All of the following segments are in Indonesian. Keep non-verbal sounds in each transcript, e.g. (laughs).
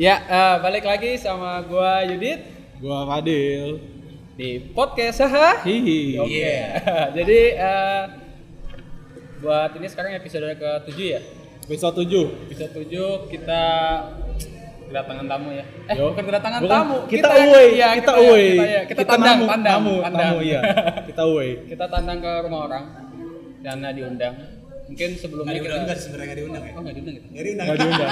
Ya, eh, balik lagi sama gua Yudit Gua Fadil. di podcast Saha. Hihi. Oke. Iya. (laughs) Jadi eh, buat ini sekarang episode ke-7 ya. Episode 7. Episode 7 kita kedatangan tamu ya. Eh, Yo. bukan kedatangan Bukan, tamu. Kita, away, iya, kita, away. Kita, iya, kita tandang, namu, tandang, namu, tandang. namu, iya. Kita away. kita tandang ke rumah orang karena diundang. Mungkin sebelumnya Nggak kita diundang juga sih, sebenarnya nggak diundang ya. Oh, nggak gitu. diundang kita. Nggak (laughs) diundang. Enggak diundang.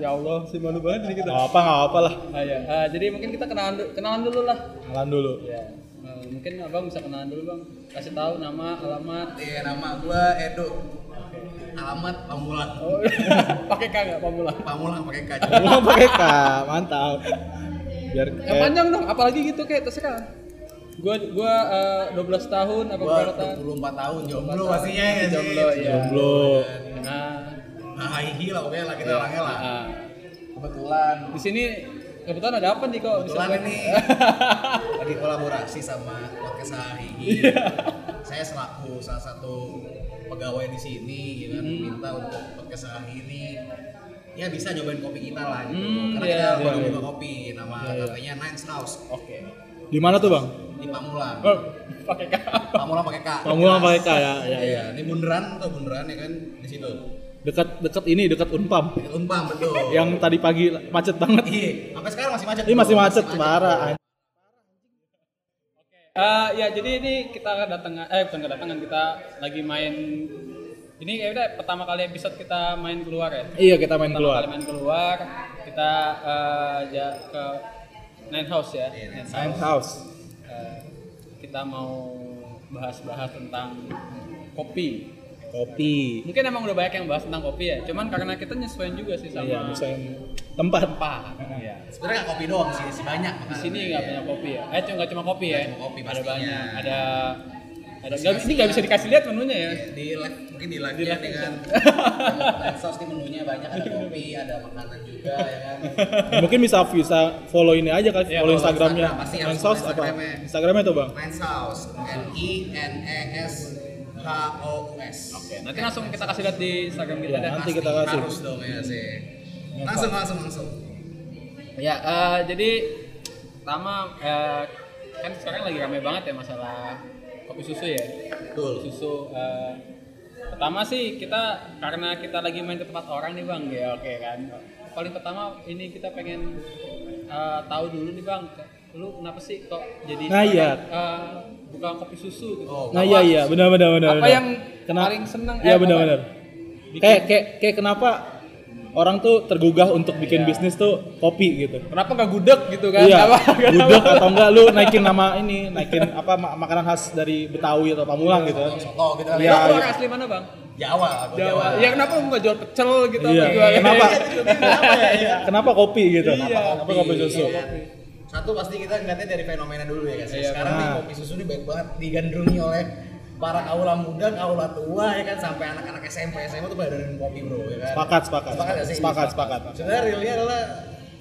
Ya Allah, sih malu banget nih Enggak apa, enggak apa lah. Ah, ya. Ah, jadi mungkin kita kenalan du- kenalan dulu lah. Kenalan dulu. Ya, eh, mungkin abang bisa kenalan dulu bang, kasih tahu nama, alamat. Iya, nama gua Edo. Alamat Pamulang. Oh, (laughs) pakai K nggak pamulang? Pamulang pakai K. Gua pakai K, mantap. Biar Eh. Yang panjang dong, apalagi gitu kayak terserah. Gua gua eh, 12 tahun apa Gua berapa tahun? 24 tahun jomblo pastinya ya sih. Jomblo ya. jomblo. Nah, Nah, hihi lah pokoknya lah kita orangnya lah. nah, Kebetulan di sini kebetulan ada apa nih kok bisa kebetulan gue- ini lagi kolaborasi sama podcast Hihi. Saya selaku salah satu pegawai di sini gitu kan minta untuk podcast Hihi ini ya bisa nyobain kopi kita lah gitu. Hmm, Karena iya, kita iya, baru iya. buka kopi nama kafenya Nines House Oke. Di mana tuh, Bang? di Pamulang. (laughs) (laughs) Oh, pakai K. Pamulang pakai K. Pamulang pakai K ya, ya, ya. Iya, ini bundaran atau bundaran ya kan di situ. Dekat dekat ini, dekat Unpam. Di Unpam betul. Yang tadi pagi macet banget. Iya, sampai sekarang masih macet. Iya. Ini masih macet parah. anj- Eh, ya jadi ini kita kedatangan eh bukan kedatangan kita lagi main ini ya udah pertama kali episode kita main keluar ya. Iya, kita main Pertama kali keluar. main keluar kita eh, ja- ke Nine House ya. Nine House. Science House. Eh, kita mau bahas-bahas tentang kopi. Kopi. Mungkin emang udah banyak yang bahas tentang kopi ya. Cuman karena kita nyesuaiin juga sih sama Iya, misalnya tempat. tempat. Iya. Sebenarnya nggak kopi doang sih, masih banyak. Di sini nggak punya kopi ya. Eh, cuma nggak cuma kopi ya. cuma kopi ada pastinya. banyak. Ada ada nggak- ini nggak bisa dikasih lihat menunya ya. di live mungkin di Iya. live nya nih (laughs) kan. Nines House nih menunya banyak ada kopi, ada makanan juga ya kan. Mungkin bisa bisa follow ini aja kali, Iya, follow follow Instagramnya. Instagram, pasti harus Nine follow Sauce apa? Instagramnya. Instagramnya tuh bang. Nines House, N I N E S H O U S. Oke, nanti langsung kita kasih lihat di Instagram kita Iya, deh. nanti kita kasih. Harus dong ya sih. Langsung langsung langsung. Ya, eh, jadi pertama eh, kan sekarang lagi ramai banget ya masalah kopi susu ya. Betul. Susu eh, pertama sih kita karena kita lagi main ke tempat orang nih Bang ya, oke kan. Paling pertama ini kita pengen eh, tahu dulu nih Bang, lu kenapa sih kok jadi Nah, iya. eh, buka kopi susu gitu. Oh, Nah iya iya benar benar benar. apa benar. yang paling seneng, eh, Iya apa- benar benar. Kayak kayak kayak kenapa orang tuh tergugah untuk bikin Iya. bisnis tuh kopi gitu. Kenapa nggak gudeg gitu kan? iya. Apa- Gudeg atau enggak lu naikin nama ini, naikin apa ma- makanan khas dari Betawi atau Pamulang gitu. kan. Soto gitu kali Iya, Bang, lu iya. orang asli mana Bang? Jawa, aku Jawa. Ya kenapa lu nggak jual pecel gitu? Iya. apa gimana? Kenapa? Kenapa kopi gitu? Iya. Kenapa kopi susu? Iya. Satu pasti kita ngeliatnya dari fenomena dulu ya guys. Iya, Sekarang nih benar. kopi susu ini banyak banget digandrungi oleh para kaula muda, kaula tua ya kan sampai anak-anak SMP, SMA tuh pada dengerin kopi bro ya kan. Sepakat sepakat. Sepakat nggak sih? Sepakat sepakat. Sebenarnya realnya adalah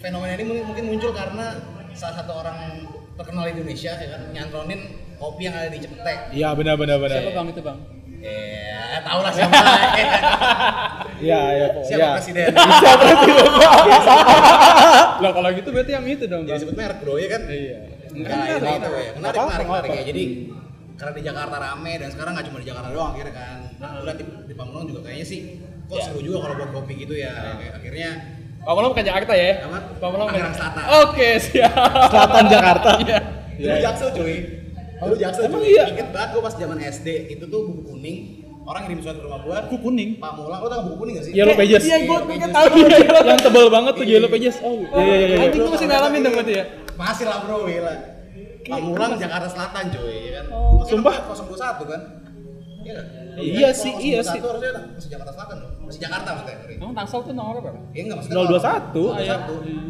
fenomena ini mungkin, mungkin muncul karena salah satu orang terkenal di Indonesia ya kan nyantronin kopi yang ada di Cipete. Iya benar benar benar. Siapa bang itu bang? Ya, tau lah (laughs) siapa. ya kan? Iya iya. siapa Iya. presiden? (laughs) Lah kalau gitu berarti yang itu dong Jadi bang. sebut merek bro ya kan. Iya. Nah, Enggak itu lah. gitu ya. Menarik, Apa? menarik, Apa? menarik ya. Jadi karena di Jakarta rame dan sekarang nggak cuma di Jakarta doang akhirnya kan. Udah di, di Pamulang juga kayaknya sih kok seru juga kalau buat kopi gitu ya. Kayak Akhirnya Pamulang bukan Jakarta ya? Apa? Pamulang bukan Tangerang Selatan. Oke siap. (laughs) Selatan Jakarta. Iya. Iya. dulu jaksel cuy. Dulu jaksel Emang cuy. iya? Ingat banget gue pas zaman SD itu tuh buku kuning. Orang ngirim surat ke rumah gua. Buku kuning. Eh, Pamulang, lo tau nggak buku kuning nggak sih? Yellow Pages. Iya gue Iya, pengen iya. (laughs) tahu. yang tebal banget tuh yellow pages. Oh, iya iya iya, iya. Anjing gue masih ngalamin dong berarti ya. Masih lah bro, gila. Pamulang Jakarta Selatan cuy, ya kan. Oh. Masih Sumpah? 021 kan? Iya kan? Iya sih, iya sih. 021 harusnya masih Jakarta Selatan loh. Masih Jakarta maksudnya. sorry. Emang Tangsel tuh nomor berapa? Ya enggak maksudnya. 021. kalau-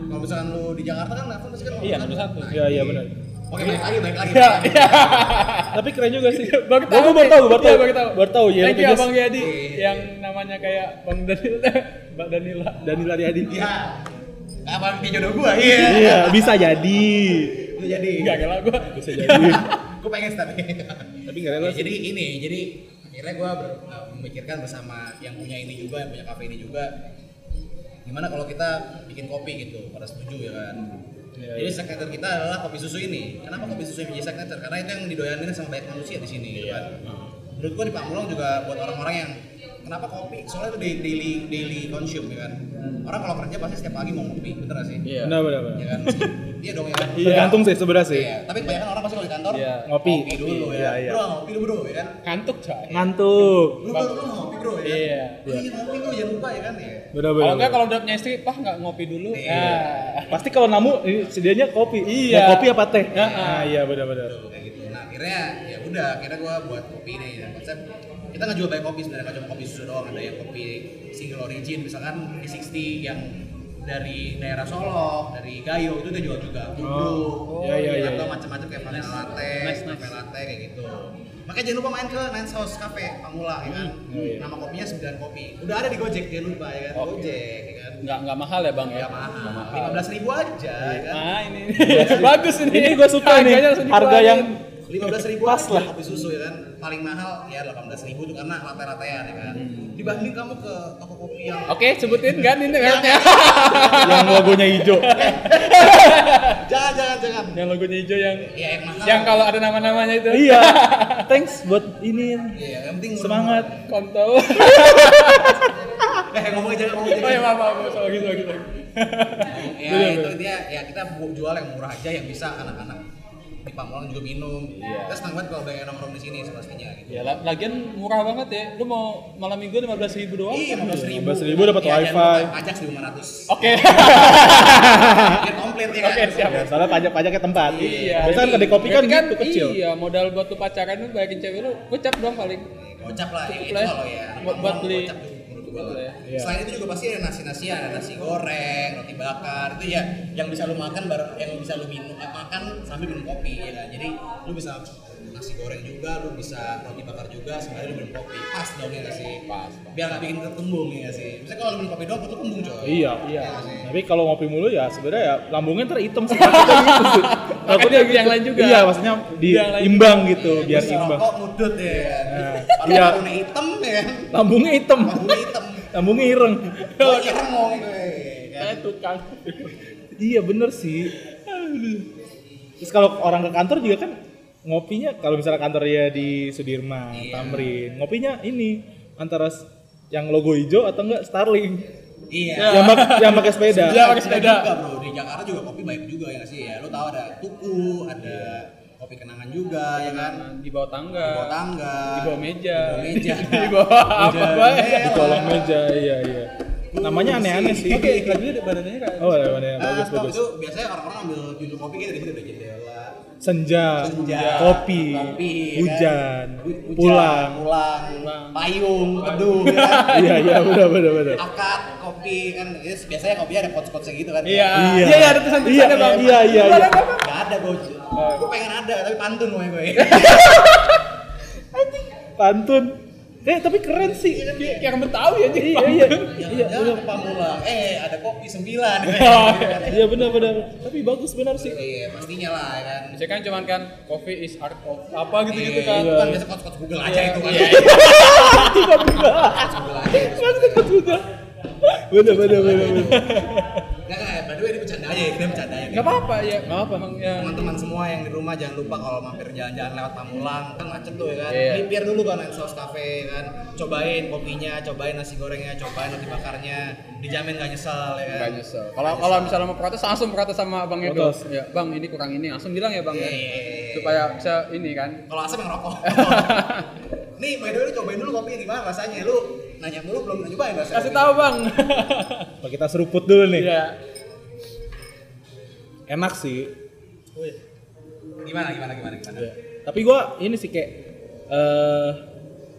021. Kalau misalkan lu di Jakarta kan nelfon pasti kan Iya, 021. 021. Nah, Iya iya benar. Oke, balik lagi, balik lagi. Iya. balik lagi. Iya. Ah, Tapi keren juga sih. Baru Gua- gua (laughs) baru nih. tahu, baru Iya, tahu, baru tahu. baru tahu yellow Thank you pages. abang Yadi Iya, iya. yang namanya kayak Bang Danil, (laughs) Bang Danila. Dani Lariadi. Iya. Apa di jodoh gua? Iya. Iya, bisa (laughs) jadi. Itu jadi. Enggak kalah gue. Bisa jadi. Gua pengen sih, tapi. (laughs) Tapi enggak rela Ya, sih. jadi ini, jadi akhirnya gua ber- memikirkan bersama yang punya ini juga, yang punya kafe ini juga gimana kalau kita bikin kopi gitu pada setuju ya kan Iya, jadi signature kita adalah kopi susu ini kenapa kopi susu ini jadi signature karena itu yang didoyanin sama banyak manusia di sini Iya. gitu kan menurut gua di Pamulang juga buat orang-orang yang kenapa kopi soalnya itu di- daily daily consume ya kan orang kalau kerja pasti setiap pagi mau kopi bener gak sih Iya. Benar benar benar. ya kan iya dong ya Iya. Tergantung sih sebenarnya sih. Iya, tapi kebanyakan orang pasti kalau di kantor Iya. Ngopi. ngopi dulu Iya, ya. iya. Bro, ngopi dulu bro ya kan. ngantuk coy Ngantuk. Lu baru lu ngopi bro ya. Iya. Lu lagi ngopi bro jangan lupa ya kan ya. Benar benar. kalau enggak kalau udah punya istri pah nggak ngopi dulu Iya. nah. pasti kalau namu eh, sedianya kopi. Iya. Mau kopi apa teh? Iya. Ah, iya benar benar. Tuh, kayak gitu. Nah akhirnya ya udah akhirnya gua buat kopi deh ya. Konsep kita nggak jual banyak kopi sebenarnya nggak cuma kopi susu doang ada yang kopi single origin misalkan V60 yang dari daerah Solok, dari Gayo itu dia jual Oh. juga. Bublu, Iya, iya, iya, atau iya. macam-macam kayak vanilla latte, Nice, nice. cafe latte kayak gitu. Makanya jangan lupa main ke Nine House Cafe Pangula ya kan. Nama kopinya 9 kopi. Udah ada di Gojek jangan lupa ya kan. Oke. Gojek ya kan. nggak nggak mahal ya bang ya Gak Iya, mahal. 15 ribu aja ya kan. nah ini (laughs) bagus ini Ini gue suka nih. Harganya langsung Harga yang dikeluarin. lima belas ribu Pas lah. kopi susu ya kan paling mahal ya delapan belas ribu itu karena latte-lattean ya kan dibanding kamu ke toko kopi yang oke sebutin kan ini mereknya yang logonya hijau. jangan jangan jangan yang logonya hijau yang ya yang mahal yang kalau ada nama-namanya itu iya. Thanks buat ini Iya, yang penting semangat. kontol eh ngomongnya jangan ngomongnya oh jangan ya maaf maaf sorry sorry sorry ya itu dia ya kita bu- jual yang murah aja yang bisa anak-anak di Pamulang juga minum Iya. kita senang banget kalau banyak yang nongkrong di sini semestinya gitu ya la- lagian murah banget ya lu mau malam minggu lima belas ribu doang Iya, lima belas ribu. Iya, 15.000 dapat wifi. Pajak seribu lima ratus. oke komplit ya. Oke, siap. Ya, soalnya pajak-pajaknya tempat. Iya. Biasanya kan jadi- kedai kopi kan, berarti gitu, kecil. Iya, modal buat lu pacaran lu bayarin cewek lu, gocap doang paling. Gocap lah, ya, Cukup itu lah. kalau ya. anak Buat- buat Pamulang beli. Gocap tuh menurut gua Betul lah. ya. Iya. Selain itu juga pasti ada nasi-nasian, ada nasi goreng, roti bakar, itu ya yang bisa lu makan bareng, yang bisa lu minum eh, makan sambil minum kopi ya kan. Jadi lu bisa nasi goreng juga, lu bisa roti bakar juga sembari lu minum kopi. Pas dong ya nggak sih? Pas, Biar nggak bikin kembung ya nggak sih. Misalnya kalau lu minum kopi doang, perut lu kembung coy. Iya, iya. nggak sih? Tapi kalau ngopi mulu ya sebenarnya ya lambungnya ntar hitam sih. (laughs) Takutnya gitu sih. Takutnya yang lain juga. Iya, maksudnya Yang lain diimbang gitu, biar Terus imbang. Rokok mudut ya. Kalau Iya. warna hitam ya, Lambungnya hitam. warna hitam. Lambungnya ireng. Oh, Gue ireng mau gue. ya kan? Eh, tukang. Iya, bener sih. Terus kalau orang ke kantor juga kan ngopinya kalau misalnya kantornya di Sudirman, Tamrin, ngopinya ini antara s- yang logo hijau atau enggak Starling. Iya. Yang mak- yang pakai sepeda. Iya, pakai sepeda. Juga, bro. Di Jakarta juga kopi banyak juga ya nggak sih ya. Lo tau ada tuku, ada kopi kenangan juga ya kan. Di bawah tangga. Di bawah tangga. Di bawah meja. Di bawah meja. (laughs) Nah, Di bawah apa, Pak? Di kolong meja, iya iya. Namanya aneh-aneh sih. Oke, lagunya di badannya kan. Oh, ada mana yang Nah, bagus stop bagus. itu biasanya orang-orang ambil judul kopi gitu dari dari jendela. Senja, Senja, kopi, kopi, ya hujan, kan? Hu- hujan, pulang. pulang, Pulang. payung, (laughs) teduh, ya kan? Iya iya benar benar benar. akad, kopi kan itu biasanya kopinya ada quotes-quotesnya gitu kan. Iya. Iya. Iya, iya, ada tulisan-tulisannya, Iya, Bang. iya, iya, iya. Ada, ada, ada. Gak ada gue. Iya. Gue pengen ada tapi pantun gue gue. (laughs) Pantun. Eh tapi keren sih. Kayak yang betawi aja. Iya iya. Iya Jangan-jangan benar. ke Pamulang. Eh ada kopi (laughs) sembilan. Iya benar benar. Tapi bagus benar sih. Iya pastinya lah ya kan. Biasanya kan cuman kan coffee is art of apa gitu-gitu Iya, kan. Itu kan biasa kot-kot Google aja itu kan. Iya, Quotes Google aja. Bagus juga. Benar benar benar. benar. Enggak enggak, by the way ini bercanda aja ya, kita bercanda aja. nih. Enggak apa-apa ya. Enggak apa-apa. Emang ya. Teman-teman semua yang di rumah jangan lupa kalau mampir jalan-jalan lewat Pamulang kan macet tuh ya kan. Iya. Lipir dulu kan Night Sauce Cafe ya kan. Cobain kopinya, cobain nasi gorengnya, cobain roti bakarnya. Dijamin gak nyesel ya kan. Gak nyesel. Kalau kalau misalnya mau protes langsung protes sama Bang Edo. Protes. Ya, Bang ini kurang ini langsung bilang ya Bang ya. Iya. Supaya bisa ini kan. Kalau asam yang (laughs) rokok. Nih, by the way lu cobain dulu kopinya gimana rasanya. Lu nanya mulu belum pernah nyobain rasanya. Kasih tahu Bang. Apa kita seruput dulu nih. Iya. Enak sih. Gimana gimana gimana gimana. Iya. Tapi gua ini sih kayak eh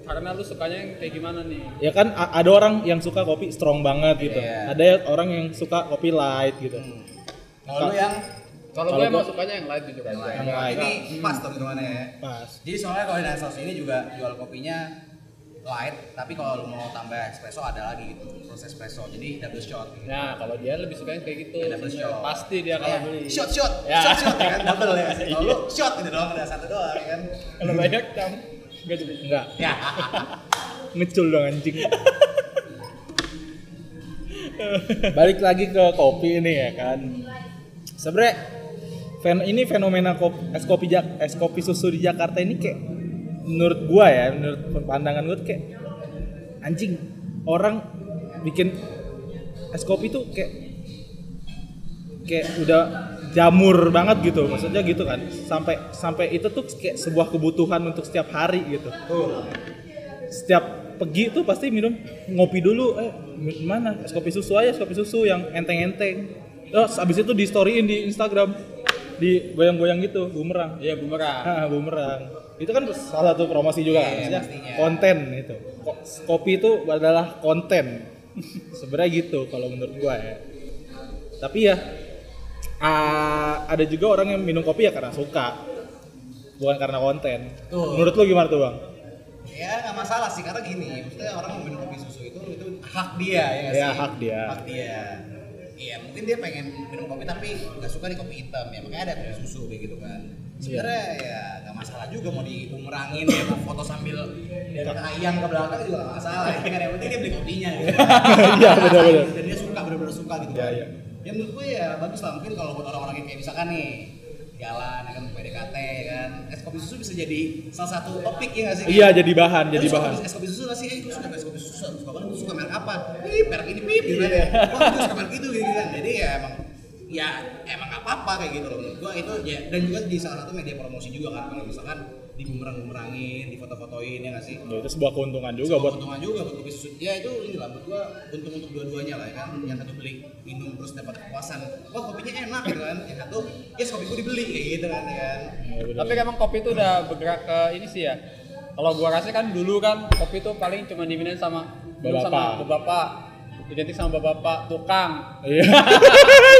Karena lu sukanya yang kayak gimana nih? ya kan a- ada orang yang suka kopi strong banget gitu. Iya. Ada ya- orang yang suka kopi light gitu. Kalau lu yang Kalau Kalau gue gua- emang sukanya yang light jujur aja. Yang Yang lain. Ini pas tuh gimana ya. Pas. Jadi soalnya kalau di Night Sauce ini juga jual kopinya light, tapi kalau lu mau tambah espresso ada lagi gitu, proses espresso. Jadi double shot. gitu. Nah, kalau dia lebih sukanya kayak gitu. Ya, double shot. Pasti dia kalau Kayak beli. Shot shot, Ya. Iya. shot shot ya kan double ya. Kalau (laughs) lu shot gitu doang ada satu doang ya kan. Kalau banyak cam. Gak jadi. (laughs) Enggak, Ya. ngecul dong anjing. balik lagi ke kopi ini ya kan sebenernya fen ini fenomena kopi, es kopi Jak- es kopi susu di Jakarta ini kayak menurut gua ya menurut pandangan gua tuh kayak anjing orang bikin es kopi tuh kayak kayak udah jamur banget gitu maksudnya gitu kan sampai sampai itu tuh kayak sebuah kebutuhan untuk setiap hari gitu setiap pergi tuh pasti minum ngopi dulu eh minum mana es kopi susu aja es kopi susu yang enteng-enteng terus abis itu di storyin di Instagram di goyang-goyang gitu bumerang (laughs) Iya bumerang. ah bumerang itu kan salah satu promosi juga kan Iya, maksudnya pastinya. konten itu Ko- kopi itu adalah konten (laughs) sebenarnya gitu kalau menurut gua ya tapi ya ah, ada juga orang yang minum kopi ya karena suka bukan karena konten Tuh. menurut lu gimana tuh bang ya nggak masalah sih karena gini maksudnya orang mau minum kopi susu itu itu hak dia ya nggak Ya, sih? hak dia. hak dia iya mungkin dia pengen minum kopi tapi nggak suka di kopi hitam ya makanya ada kopi susu kayak gitu kan sebenarnya Iya. ya nggak masalah juga mau diumerangin ya mau foto sambil dari ayam ke belakang juga nggak masalah ya kan yang penting dia beli kopinya gitu (laughs) Iya, benar-benar. dan dia suka benar-benar suka gitu Iya, kan iya. ya menurut gue ya bagus lah mungkin kalau buat orang-orang yang kayak misalkan nih jalan ya kan PDKT ya kan es kopi susu bisa jadi salah satu topik ya nggak sih Iya jadi bahan, jadi Lu suka bahan. Es kopi susu nggak sih? Eh, gue suka es kopi susu, suka banget, gue suka merek apa? Ih, merek ini, pip, gitu Iya. ya. Wah, gue suka merek itu, gitu, kan. Jadi ya emang, ya emang nggak apa-apa kayak gitu loh. Gue itu, ya, dan juga di salah satu media promosi juga kan. Kalau misalkan di bumerang-bumerangin, di foto-fotoin, ya nggak sih? Ya, itu sebuah keuntungan juga buat (laughs) Keuntungan juga buat kopi susu. Ya itu ini lah, buat gue untung untuk dua-duanya lah ya kan. Yang satu beli minum terus dapat kepuasan. Wah, kopinya enak gitu kan. Yang satu, yes, kopi gue dibeli kayak gitu kan. Ya kan? Ya, bener. Tapi emang kopi itu udah bergerak ke ini sih ya. Kalau gua rasa kan dulu kan kopi itu paling cuma diminum sama minum Bapak. sama bapak identik sama bapak tukang. Iya.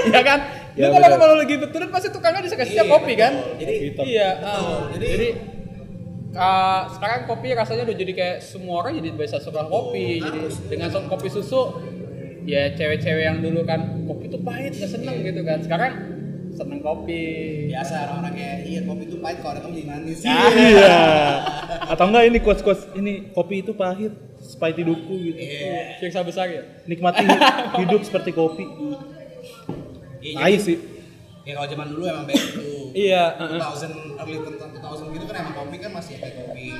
Iya kan? Ya, Lu kalau benar. kalau lagi betul pasti tukangnya bisa kasih Iya, kopi kan? betul. Jadi, Kopi. Hitam. Iya. Betul. ah. Jadi- Jadi, ah, sekarang kopi rasanya udah jadi kayak semua orang jadi bisa suka kopi. Jadi Harus. dengan so- kopi susu, ya cewek-cewek yang dulu kan kopi tuh pahit nggak seneng gitu kan. Sekarang seneng kopi. biasa orang-orang kayak iya kopi itu pahit kalau ada kamu jadi manis Ah. iya. Atau enggak ini quotes-quotes ini kopi itu pahit, spaghetti duku gitu. Iya. Siksa besar ya. (laughs) Nikmati hidup seperti kopi. Iya, Nice sih. Ya kalau zaman dulu emang back to Iya. 2000 early 2000 gitu kan emang kopi kan masih kayak kopi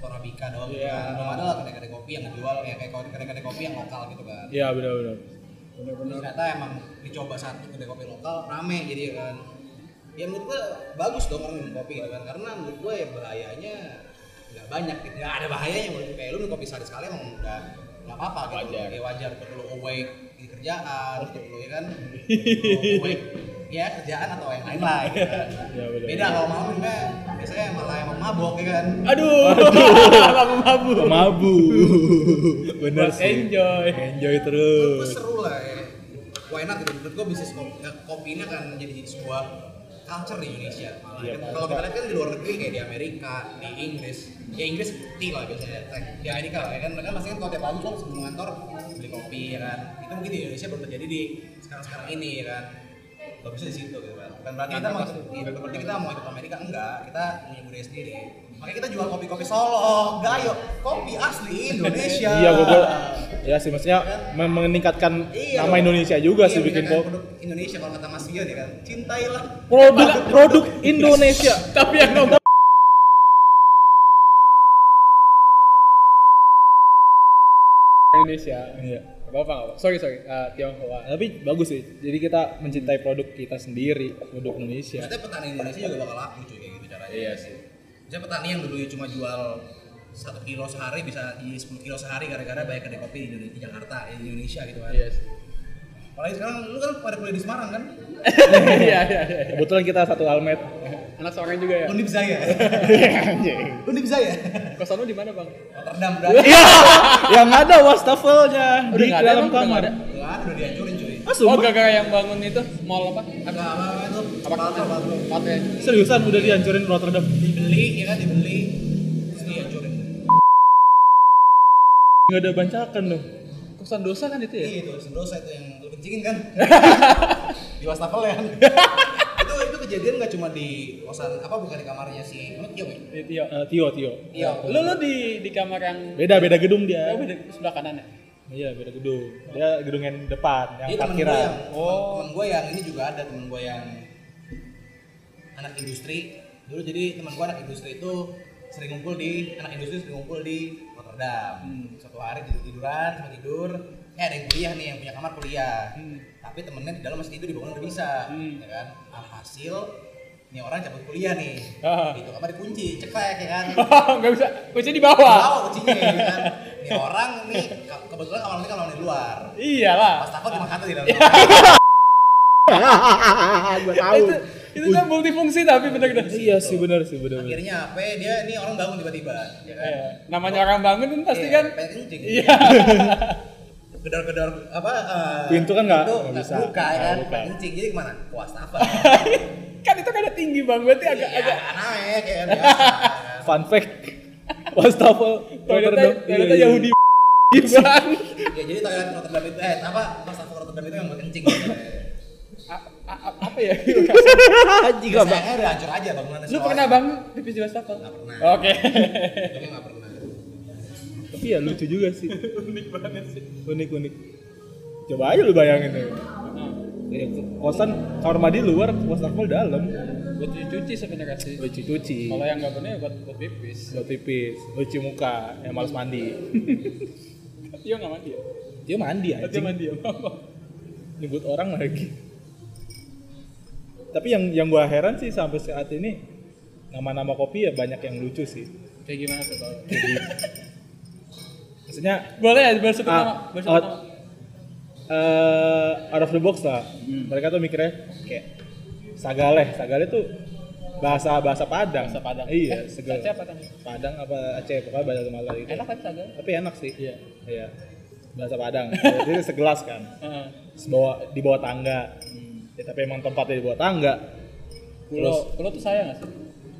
Torabika doang Iya. kan. Belum ada lah kedai-kedai kopi yang ngejual ya kayak kedai-kedai kopi yang lokal gitu kan. Iya benar-benar. Bener. Ternyata emang dicoba satu kedai kopi lokal rame jadi ya kan. Ya menurut gue bagus dong orang minum kopi gitu kan karena menurut gue ya bahayanya nggak banyak gitu. Nggak ada bahayanya menurut gue. kayak lu minum kopi sehari sekali emang udah nggak apa-apa gitu. Wajar. Ya wajar perlu awake di kerjaan gitu perlu ya kan. Perlu awake ya kerjaan atau yang lain lah gitu kan. (laughs) Iya benar. Beda kalau malam enggak biasanya malah emang mabok ya kan. (laughs) Aduh. Lama mabu. (laughs) Mabu. Bener Buat sih. Enjoy. Enjoy Menurut gue terus. seru lah ya why not gitu menurut gue bisnis kopi, eh, kopi ini akan jadi sebuah culture di Indonesia malah Iya, Kan kalau kita lihat kan di luar negeri kayak di Amerika di Inggris ya Inggris tea lah biasanya di Amerika lah ya kan mereka pasti kan kalau tiap pagi kan sebelum kantor beli kopi ya kan itu mungkin di Indonesia baru terjadi di sekarang sekarang ini ya kan bagusnya di situ gitu kan bukan berarti kita mau ikut- iya, bukan berarti kita mau ikut Amerika enggak kita punya budaya sendiri makanya kita jual kopi-kopi Solo Gayo kopi asli Indonesia Iya, gua, gua ya sih maksudnya mem- meningkatkan nama dong. Indonesia juga Iya, sih bikin Iya. meningkatkan kopi. produk Indonesia kalau kata Mas Vian ya kan. Cintailah. Produk produk Indonesia. Tapi yang ngomong Indonesia. Iya. Apa apa Sorry sorry. Eh, Tionghoa. Tapi bagus sih. Jadi kita mencintai produk kita sendiri, produk Indonesia. Ternyata petani Indonesia juga bakal laku cuy kayak gitu caranya. Iya sih. Misalnya petani yang dulu cuma jual satu kilo sehari bisa di 10 kilo sehari gara-gara banyak kedai kopi di Indonesia, di Jakarta, di Indonesia gitu kan. Iya sih. Apalagi sekarang lu kan pada kuliah di Semarang kan? (laughs) Iya iya iya. Kebetulan kita satu almet. Anak seorang juga ya. Undip saya. Undip saya. Kosan lu di mana bang? Rotterdam berarti. Iya, yang ada wastafelnya Udah di nggak ada, dalam emang? Udah kamar. nggak ada? Enggak, ada, udah dihancurin cuy. Ah, Oh sumpah? gara-gara yang bangun itu mall apa? ya? Enggak apa-apa itu. Apa Palsu, palsu. Hotel. Seriusan udah dihancurin Rotterdam. Dibeli, ya kan dibeli. Terus dihancurin. Enggak ada bancakan dong. Kosan dosa kan itu ya? Iya itu dosa itu yang lu kencingin (laughs) kan di wastafel ya (laughs) kan? itu itu kejadian nggak cuma di kosan apa bukan di kamarnya si Mekio ya? Iya. Eh, Tio, Tio. Iya. Lu lu di di kamar yang Beda beda gedung dia. Oh, beda- sebelah kanan ya? Iya, beda gedung. Dia gedung yang depan, yang Ini temen gue ya? parkiran. yang, oh. temen gue yang ini juga ada temen gue yang anak industri. Dulu jadi temen gue anak industri itu sering ngumpul di anak industri sering ngumpul di Rotterdam. Hmm. Satu hari tidur tiduran, cuma tidur. Eh ada yang kuliah nih, yang punya kamar kuliah. Hmm. Tapi temennya di dalam masih tidur di bawah nggak bisa, Hmm. ya kan? Alhasil ini orang cabut kuliah nih, (laughs) Ah. itu kamar dikunci, ceklek ya (laughs) kan? Enggak bisa. Kunci di bawah. Wow, kuncinya ya kan? Ini orang nih ke- kebetulan kamar ini kamar di luar. Pas Iyalah. takut cuma kata (laughs) di dalam. (laughs) Ya. Gua tahu. itu itu kan multifungsi tapi kan? bener-bener Iya sih benar sih benar. akhirnya apa ya, dia ini orang bangun tiba-tiba ya kan Iya. namanya orang bangun kan pasti kan (laughs) pengen kencing iya (laughs) gedor-gedor apa eh, Pintu kan nggak- pintu nggak nggak bisa. buka ya Nggak kan buka. pengen kencing jadi kemana ke wastafel kan itu kan ada tinggi bang berarti (laughs) agak Iya, agak naik ya (laughs) kan biasa Fun fact. Wastafel toiletnya Rotterdam. toiletnya Iya, iya. (laughs) Yahudi (laughs) bang ya jadi toilet Rotterdam itu eh apa wastafel Rotterdam itu yang buat (laughs) kencing A- a- a- apa ya Jika Terus sayangnya udah hancur aja bangunan Iya, lu pernah bang Oh. pipis di wastafel Nggak pernah. oke tapi nggak pernah Tapi ya lucu juga sih. (laughs) unik banget sih. Unik unik. Coba aja lu bayangin ya. Ya, kosan kamar mandi luar, wastafel dalam. buat cuci sebenarnya kan sih Cuci cuci. kalau yang nggak bener ya buat buat pipis Buat pipis, cuci muka, yang malas mandi. dia nggak mandi ya Dia mandi dia anjing. mandi ya Bang. nyebut orang lagi tapi yang yang gua heran sih sampai saat ini nama-nama kopi ya banyak yang lucu sih kayak gimana tuh bang maksudnya boleh ya bersebut Ah, nama bersebut out. nama eh out of the box lah Hmm. mereka tuh mikirnya kayak sagaleh sagaleh tuh bahasa bahasa Padang bahasa Padang Eh, iya segala- Aceh apa Padang Padang apa Aceh pokoknya bahasa Malang gitu enak kan sagar tapi enak sih iya iya bahasa Padang jadi segelas kan Heeh. Sebawa- di bawah tangga ya, tapi emang tempatnya di bawah tangga pulau pulau tuh saya nggak sih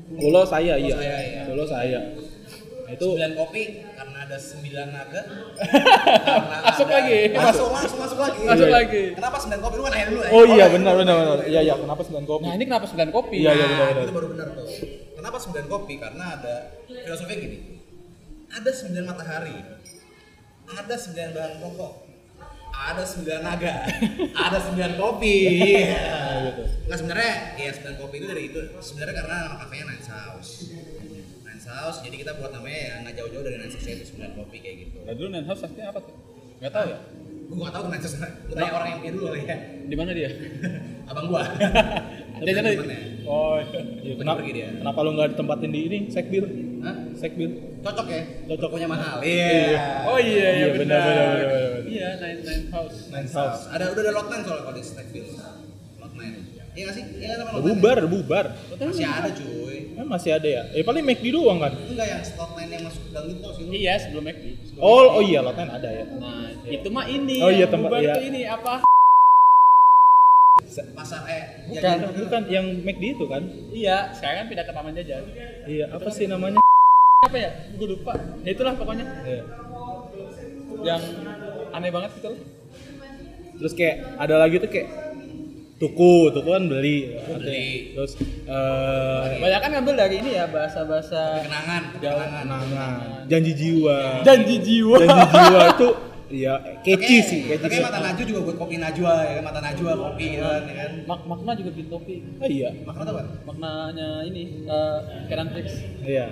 Pulau saya iya. saya, iya. Pulau saya. Nah, itu itu sembilan kopi karena ada sembilan (laughs) naga karena Masuk lagi. masuk langsung masuk lagi Masuk lagi. kenapa sembilan kopi lu kan air dulu ya? Oh iya air benar dulu, benar air benar. dulu, Iya air dulu. iya kenapa sembilan kopi? nah ini kenapa sembilan kopi Iya, iya, benar, Nah, benar. itu baru benar tuh. Kenapa 9 kopi? Karena ada filosofinya gini. Ada 9 matahari. Ada 9 bahan pokok. Ada 9 naga. (laughs) ada 9 (laughs) kopi. Iya. Gitu. Nah, sebenarnya ya 9 kopi itu dari itu sebenarnya karena nama kafenya Nine House. Nine House, jadi kita buat namanya ya nggak jauh-jauh dari Nine House itu 9 kopi kayak gitu. Nah, dulu Nenhaus artinya apa tuh? Gak tau ya? Gue nggak tahu tuh Nine House. Gue tanya orang yang punya dulu kali ya. (laughs) Di mana dia? Abang (laughs) gua. Dia sana di- Temennya. Oh, Iya, Udah kenapa pergi dia. Kenapa lu nggak ditempatin di ini sekbir? Hah? Sekbir. Cocok ya? Cocok. Pokoknya mahal. oh iya, iya Iya, benar. benar, benar, benar, benar, benar. Iya, Nine Nine House. Nine House. Ada udah ada Lot 9 soalnya kalau di Stackville. Lot 9. Iya nggak sih? Iya nggak nama Udah Lot 9? Bubar, udah bubar. Masih ada cuy. Eh, masih ada ya? Eh paling McD doang kan? Enggak yang Lot 9 yang masuk ke dalam itu sih. Iya, sebelum McD. Oh oh iya lotan ada ya. Nah, itu mah ini. Oh, iya, yang tempat- bubar iya. tuh ini apa? Pasar eh ya, Bukan, gitu. bukan yang McD itu kan? Iya, sekarang kan pindah ke Taman Jajan. Iya, apa sih namanya? Apa ya? Gue lupa. Ya itulah pokoknya Iya. yang aneh banget gitu loh. Terus kayak ada lagi tuh kayak tuku, tuku kan beli. beli. Iya. Terus eh Banyak kan ngambil dari ini ya bahasa-bahasa Kenangan, kenangan. kenangan, nah, janji jiwa. janji jiwa. janji jiwa itu ya keci sih Oke, keci Oke, sih. mata najwa juga buat kopi najwa ya, kan? mata najwa kopi gitu kan, ya kan. Mak- makna juga bikin topi. Oh, iya Makna apa? Maknanya ini eh keran fix. iya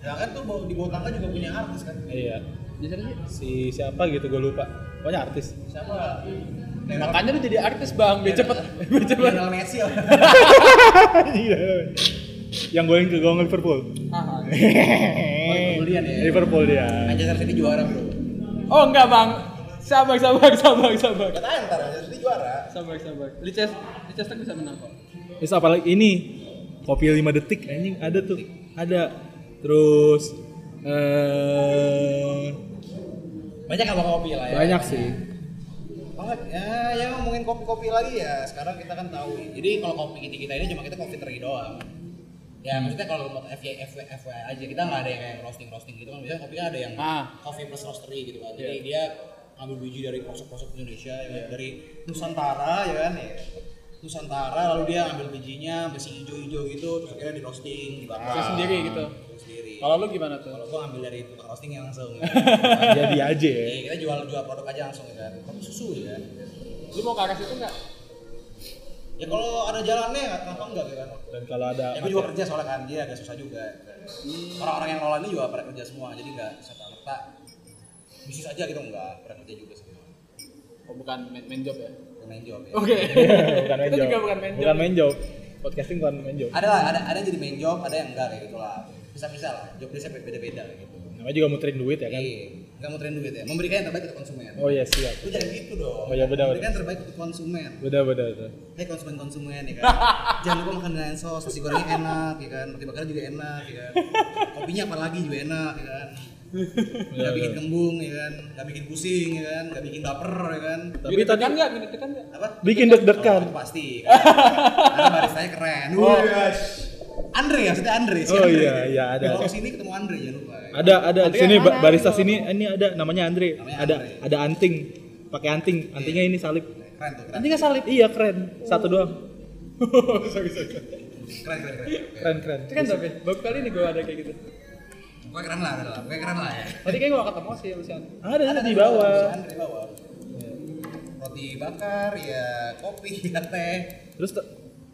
Ya kan tuh di bawah tangga juga punya artis kan. iya Biasanya sih si siapa gitu gue lupa pokoknya artis Siapa? Makanya lu jadi artis bang, biar (laughs) cepet, biar cepet. Lionel Messi ya. iya yang gue ke gawang Liverpool Ah, Liverpoolian ya. Liverpool dia Manchester City juara bro. Oh enggak bang, sabar sabar sabar sabar Kata ntar Manchester City juara. sabar sabar. Lichess Lichess kan bisa menang kok. terus apalagi ini kopi 5 detik anjing ada tuh ada terus eh Banyak abang kopi lah ya. banyak sih banget ya ya ngomongin kopi-kopi lagi ya sekarang kita kan tahu jadi kalau kopi kita kita ini cuma kita kopi teri doang ya maksudnya kalau buat FY, FY, FY aja kita nggak ada yang kayak roasting roasting gitu kan biasanya kopi kan ada yang Ah. Iya. coffee plus roastery gitu kan jadi dia ngambil biji dari pelosok-pelosok Indonesia ya, kan. dari Nusantara ya kan ya Nusantara lalu dia ambil bijinya besi hijau-hijau gitu terus akhirnya di roasting dibakar Roasting sendiri gitu. Roasting sendiri Kalau lu gimana tuh? Kalau gua ambil dari tukang roasting yang langsung. (laughs) jadi aja ya Iya, kita jual jual produk aja langsung ya kan. Tapi susu ya. kan. Lu mau ke arah situ nggak? Ya kalau ada jalannya nggak- kenapa enggak ya kan? dan kalau ada Ya, gue juga kerja soalnya kan dia agak susah juga. Hmm. Orang-orang yang ngelola ini juga pada kerja semua, jadi nggak serta merta bisnis aja gitu nggak pada kerja juga semua. Oh, bukan main, main job ya? Main job ya. Oke. (laughs) Iya, bukan main Kita job juga bukan main job. bukan main job podcasting bukan main job Ada lah, ada ada yang jadi main job, ada yang enggak kayak gitu lah. Bisa-bisa lah, job desa beda-beda kayak gitu. namanya juga muterin duit ya kan Iya, nggak mau tren duit ya, memberikan yang terbaik untuk konsumen. oh iya siap Lu jangan gitu dong. Oh, iya, benar, Memberikan yang terbaik untuk konsumen. beda beda beda Hei konsumen-konsumen (laughs) ya kan. jangan lupa makan dengan sos, nasi gorengnya enak ya kan. Roti bakar juga enak ya kan. Kopinya apa lagi juga enak ya kan. Gak Iya. bikin kembung ya kan, gak bikin pusing ya kan, gak bikin baper ya kan. tapi tadi nggak? Deg-degan nggak? Apa? bikin Oh, deg-degan itu pasti. Karena baristanya keren. Oh. Andre ya, sudah Andre. Oh, Andre. iya, iya, ada, Kalau ada. kesini ketemu Andre jangan lupa. ya. ada ada Andre sini yang ba- mana? barista sini Eh, ini ada namanya Andre Namanya ada Andre. ada anting pakai anting antingnya ini salib Keren tuh, keren. antingnya salib iya keren satu doang Keren, keren, keren. keren keren Itu kan tapi baru kali ini gue ada kayak gitu. Gue keren lah, keren lah. Gue keren lah ya. Tadi kayak gue ketemu sih sama si Andre. ada ada di Ada bawah Andre di bawah. Roti bakar, ya kopi, (laughs) ya teh. terus t-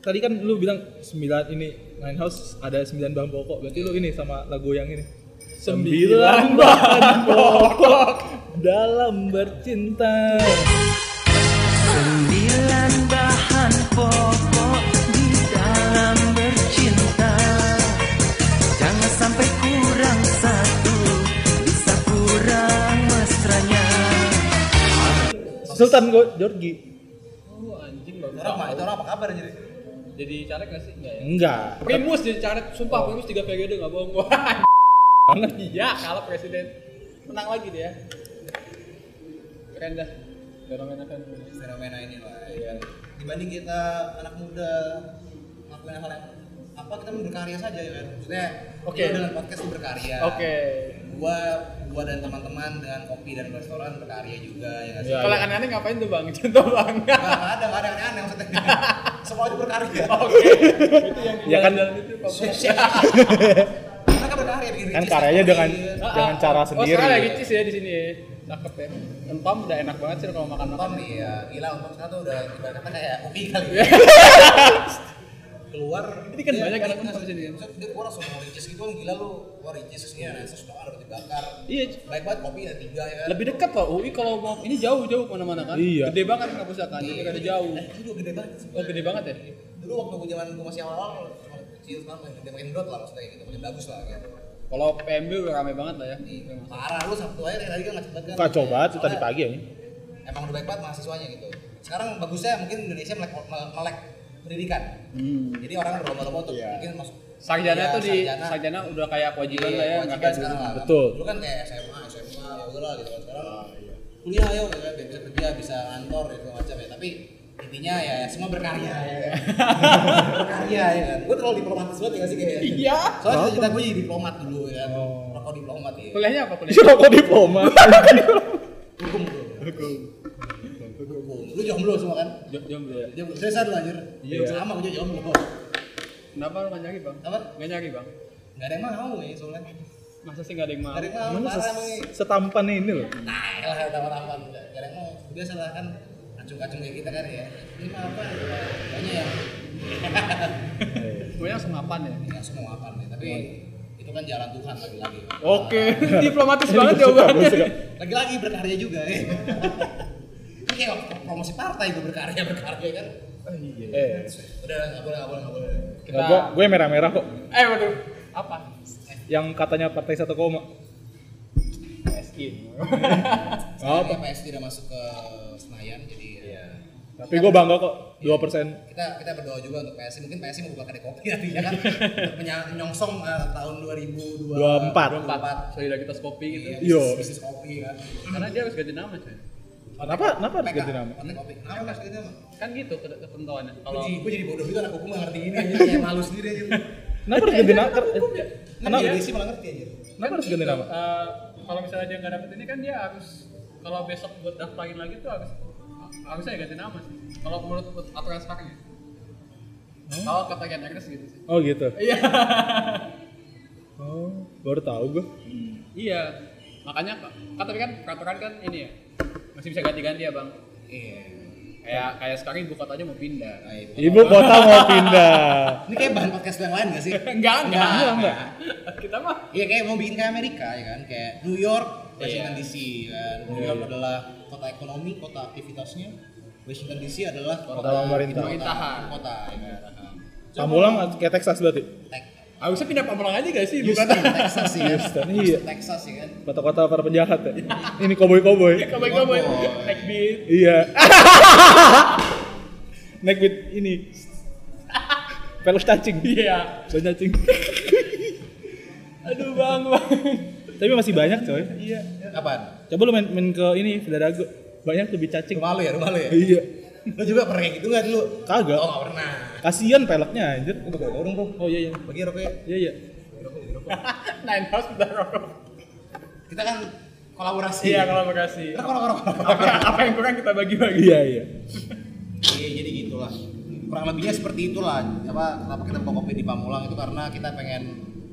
tadi kan lu bilang sembilan ini nine house ada sembilan bahan pokok berarti lu ini sama lagu yang ini sembilan bahan pokok dalam bercinta Sembilan bahan pokok di dalam bercinta Jangan sampai kurang satu Bisa kurang mesranya Sultan Go Jorgi Oh anjing bagus. Itu orang apa? Itu orang apa kabar jadi? Jadi caleg gak sih? Enggak Hmm. ya? enggak Primus jadi caleg, sumpah Primus 3 periode gak bohong gua (laughs) Iya, kalah presiden Menang lagi dia Keren dah Fenomena fenomena Fenomena ini lah. Iya. Ya. Dibanding kita anak muda ngelakuin hal yang apa kita mau berkarya saja ya kan? Maksudnya Oke. lo dengan podcast tuh berkarya. Oke Gua, gua dan teman-teman dengan kopi dan restoran berkarya juga ya nggak sih? Iya. Kalau yang aneh-aneh ngapain tuh bang? (laughs) Contoh bang Nggak nggak ada, nggak ada yang aneh (laughs) maksudnya. Semua itu berkarya. Oke Itu yang Ya kan- jalan-jalan itu apa? Mereka berkarya bikin kan ricis, karya kopi, dengan ya. Ah, ah. dengan cara Oh sekarang lagi sendiri cheese ya di sini ya Cakep ya Entom udah enak banget sih kalau makan-makan Tom nih ya, gila untuk sekarang tuh udah ibaratnya kan kayak kopi kali (laughs) ya. keluar Iya, Ini kan dia- banyak dia- anak Tom di sini kan? Maksud dia gua langsung mau ricis gitu gila lu gua ricis terus gini terus doang ada roti bakar Iya baik banget kopi ada tiga ya kan lebih dekat loh UI kalau mau ini jauh-jauh kemana-mana kan Iya. gede banget kampusnya kan jadi kada jauh eh itu juga gede banget sih. oh gede banget ya dulu waktu gua zaman gua masih awal-awal cuma kecil sekarang makin gede makin berat lah maksudnya gitu makin bagus lah kan kalau PMB udah rame banget lah ya parah lu sabtu aja dari tadi kan nggak cepet kan Kacau banget tuh tadi Soalnya pagi ya emang udah baik banget mahasiswanya gitu sekarang bagusnya mungkin Indonesia melek, melek pendidikan hmm. jadi orang berlomba-lomba tuh mungkin masuk sarjana Iya, tuh di sarjana. Iya, sarjana, udah kayak kewajiban lah ya nggak Kewajiban kayak sekarang lah. Betul. Dulu kan kayak SMA, SMA, ya udah lah gitu kan sekarang. Kuliah ayo gitu kan, biar bisa kerja, bisa kantor gitu macam ya. Tapi intinya ya semua berkarya ya. kan. berkarya ya kan. Gue terlalu diplomatis banget ya nggak sih kayak. iya Soalnya cita-cita gue jadi diplomat dulu ya. kan. Oh. Rokok diplomat ya. kuliahnya apa kuliah Itu (laughs) rokok diploma (laughs) Hukum tuh. Hukum. Lu jomblo semua kan? jomblo ya Jomblo. Saya satu anjir. Iya. Sama gue juga jomblo. kenapa lu nggak nyari bang Apa? nggak nyari bang Nggak ada yang mau ya soalnya. masa sih nggak ada yang mau Nggak ada yang mau. Mana Parah emang ya. ses- setampan ini loh Nah, lah taman-taman kadang mau biasa lah kan acung-acung kayak kita kan ya. Ini mah apa? Banyak yang Iya. kuliahnya semapan ya ya semua apa nih, tapi itu kan jalan Tuhan lagi-lagi. oke (laughs) diplomatis (laughs) banget ya, Gua suka, gua (laughs) suka. jawabannya kan. Lagi-lagi berkarya juga. Ya. Ini kayak waktu promosi partai gue berkarya berkarya kan. eh Udah nggak boleh nggak boleh nggak boleh. kita Gua, gue merah-merah kok eh waduh apa yang katanya partai satu koma PSI Iya. Nggak apa. Sekarang PS tidak masuk ke Senayan jadi ya. tapi gue bangga kok 2% kita kita berdoa juga untuk PSI mungkin PSI mau buka kedai kopi nanti ya kan Untuk menya- menyongsong eh, tahun 24. 2024 24 empat solidaritas kopi gitu Iya, Yo. bisnis- bisnis kopi kan. karena dia harus ganti nama coy kenapa kenapa harus ganti nama Konten kopi. Kenapa harus ganti nama? kan gitu ke- ketentuannya Kalau kalau gue jadi bodoh gitu anak hukum nggak ngerti ini aja kayak malu sendiri aja. kenapa harus ganti nama Kenapa ya? kenapa jadi sih malah ngerti aja. kenapa harus ganti gitu, nama eh, kalau misalnya dia nggak dapet ini kan dia harus kalau besok buat daftarin lagi tuh harus harusnya ya ganti nama sih kalau menurut aturan sekarang Hmm? ya kalau kata Ken Ernest gitu sih oh gitu iya Oh, baru tahu gue. (laughs) Iya. Makanya kan tapi kan peraturan kan ini ya. Masih bisa ganti-ganti ya, Bang. Iya. Kayak kayak sekarang ibu kotanya mau pindah. Baik. Ibu kota mau pindah. Ini kayak bahan podcast yang lain gak (laughs) sih? (laughs) Enggak, enggak. Enggak, enggak. Kita mah Iya kayak mau bikin kayak Amerika ya kan, kayak New York, Washington Iya. DC kan. New York adalah kota ekonomi, kota aktivitasnya. Washington DC adalah kota, pemerintah. Pemerintahan. Kota, ya kan. Pamulang kayak Texas berarti. Tek- harusnya pindah pemerintah aja gak sih? Houston, (laughs) Bukan. Texas sih kan. Houston, iya. Houston, Texas ya kan. Kota-kota para penjahat ya. Ini koboi-koboi. Kamu kamu Boy. naik beat. Iya. Neck with ini. Pelus cacing. Iya. Pelus (laughs) cacing. Aduh, Bang, Bang. Tapi masih banyak coy. Iya. Apaan? Coba lu main, main ke ini Fidarago. Banyak lebih cacing. Rumah lu ya, rumah lu ya. Iya. Lu juga pernah kayak gitu gak dulu? Kagak. Oh gak pernah. Kasian peleknya anjir. Gue bawa dong bro. Oh iya iya. Bagi rokoknya. Iya iya. Nine House udah rokok. Kita kan kolaborasi. Iya, kalau makasih. (laughs) Kita kolaborasi. Apa, apa yang kurang kita bagi-bagi? Iya iya. Iya jadi gitulah. Kurang lebihnya seperti itulah. Apa kenapa kita mau kopi di Pamulang itu karena kita pengen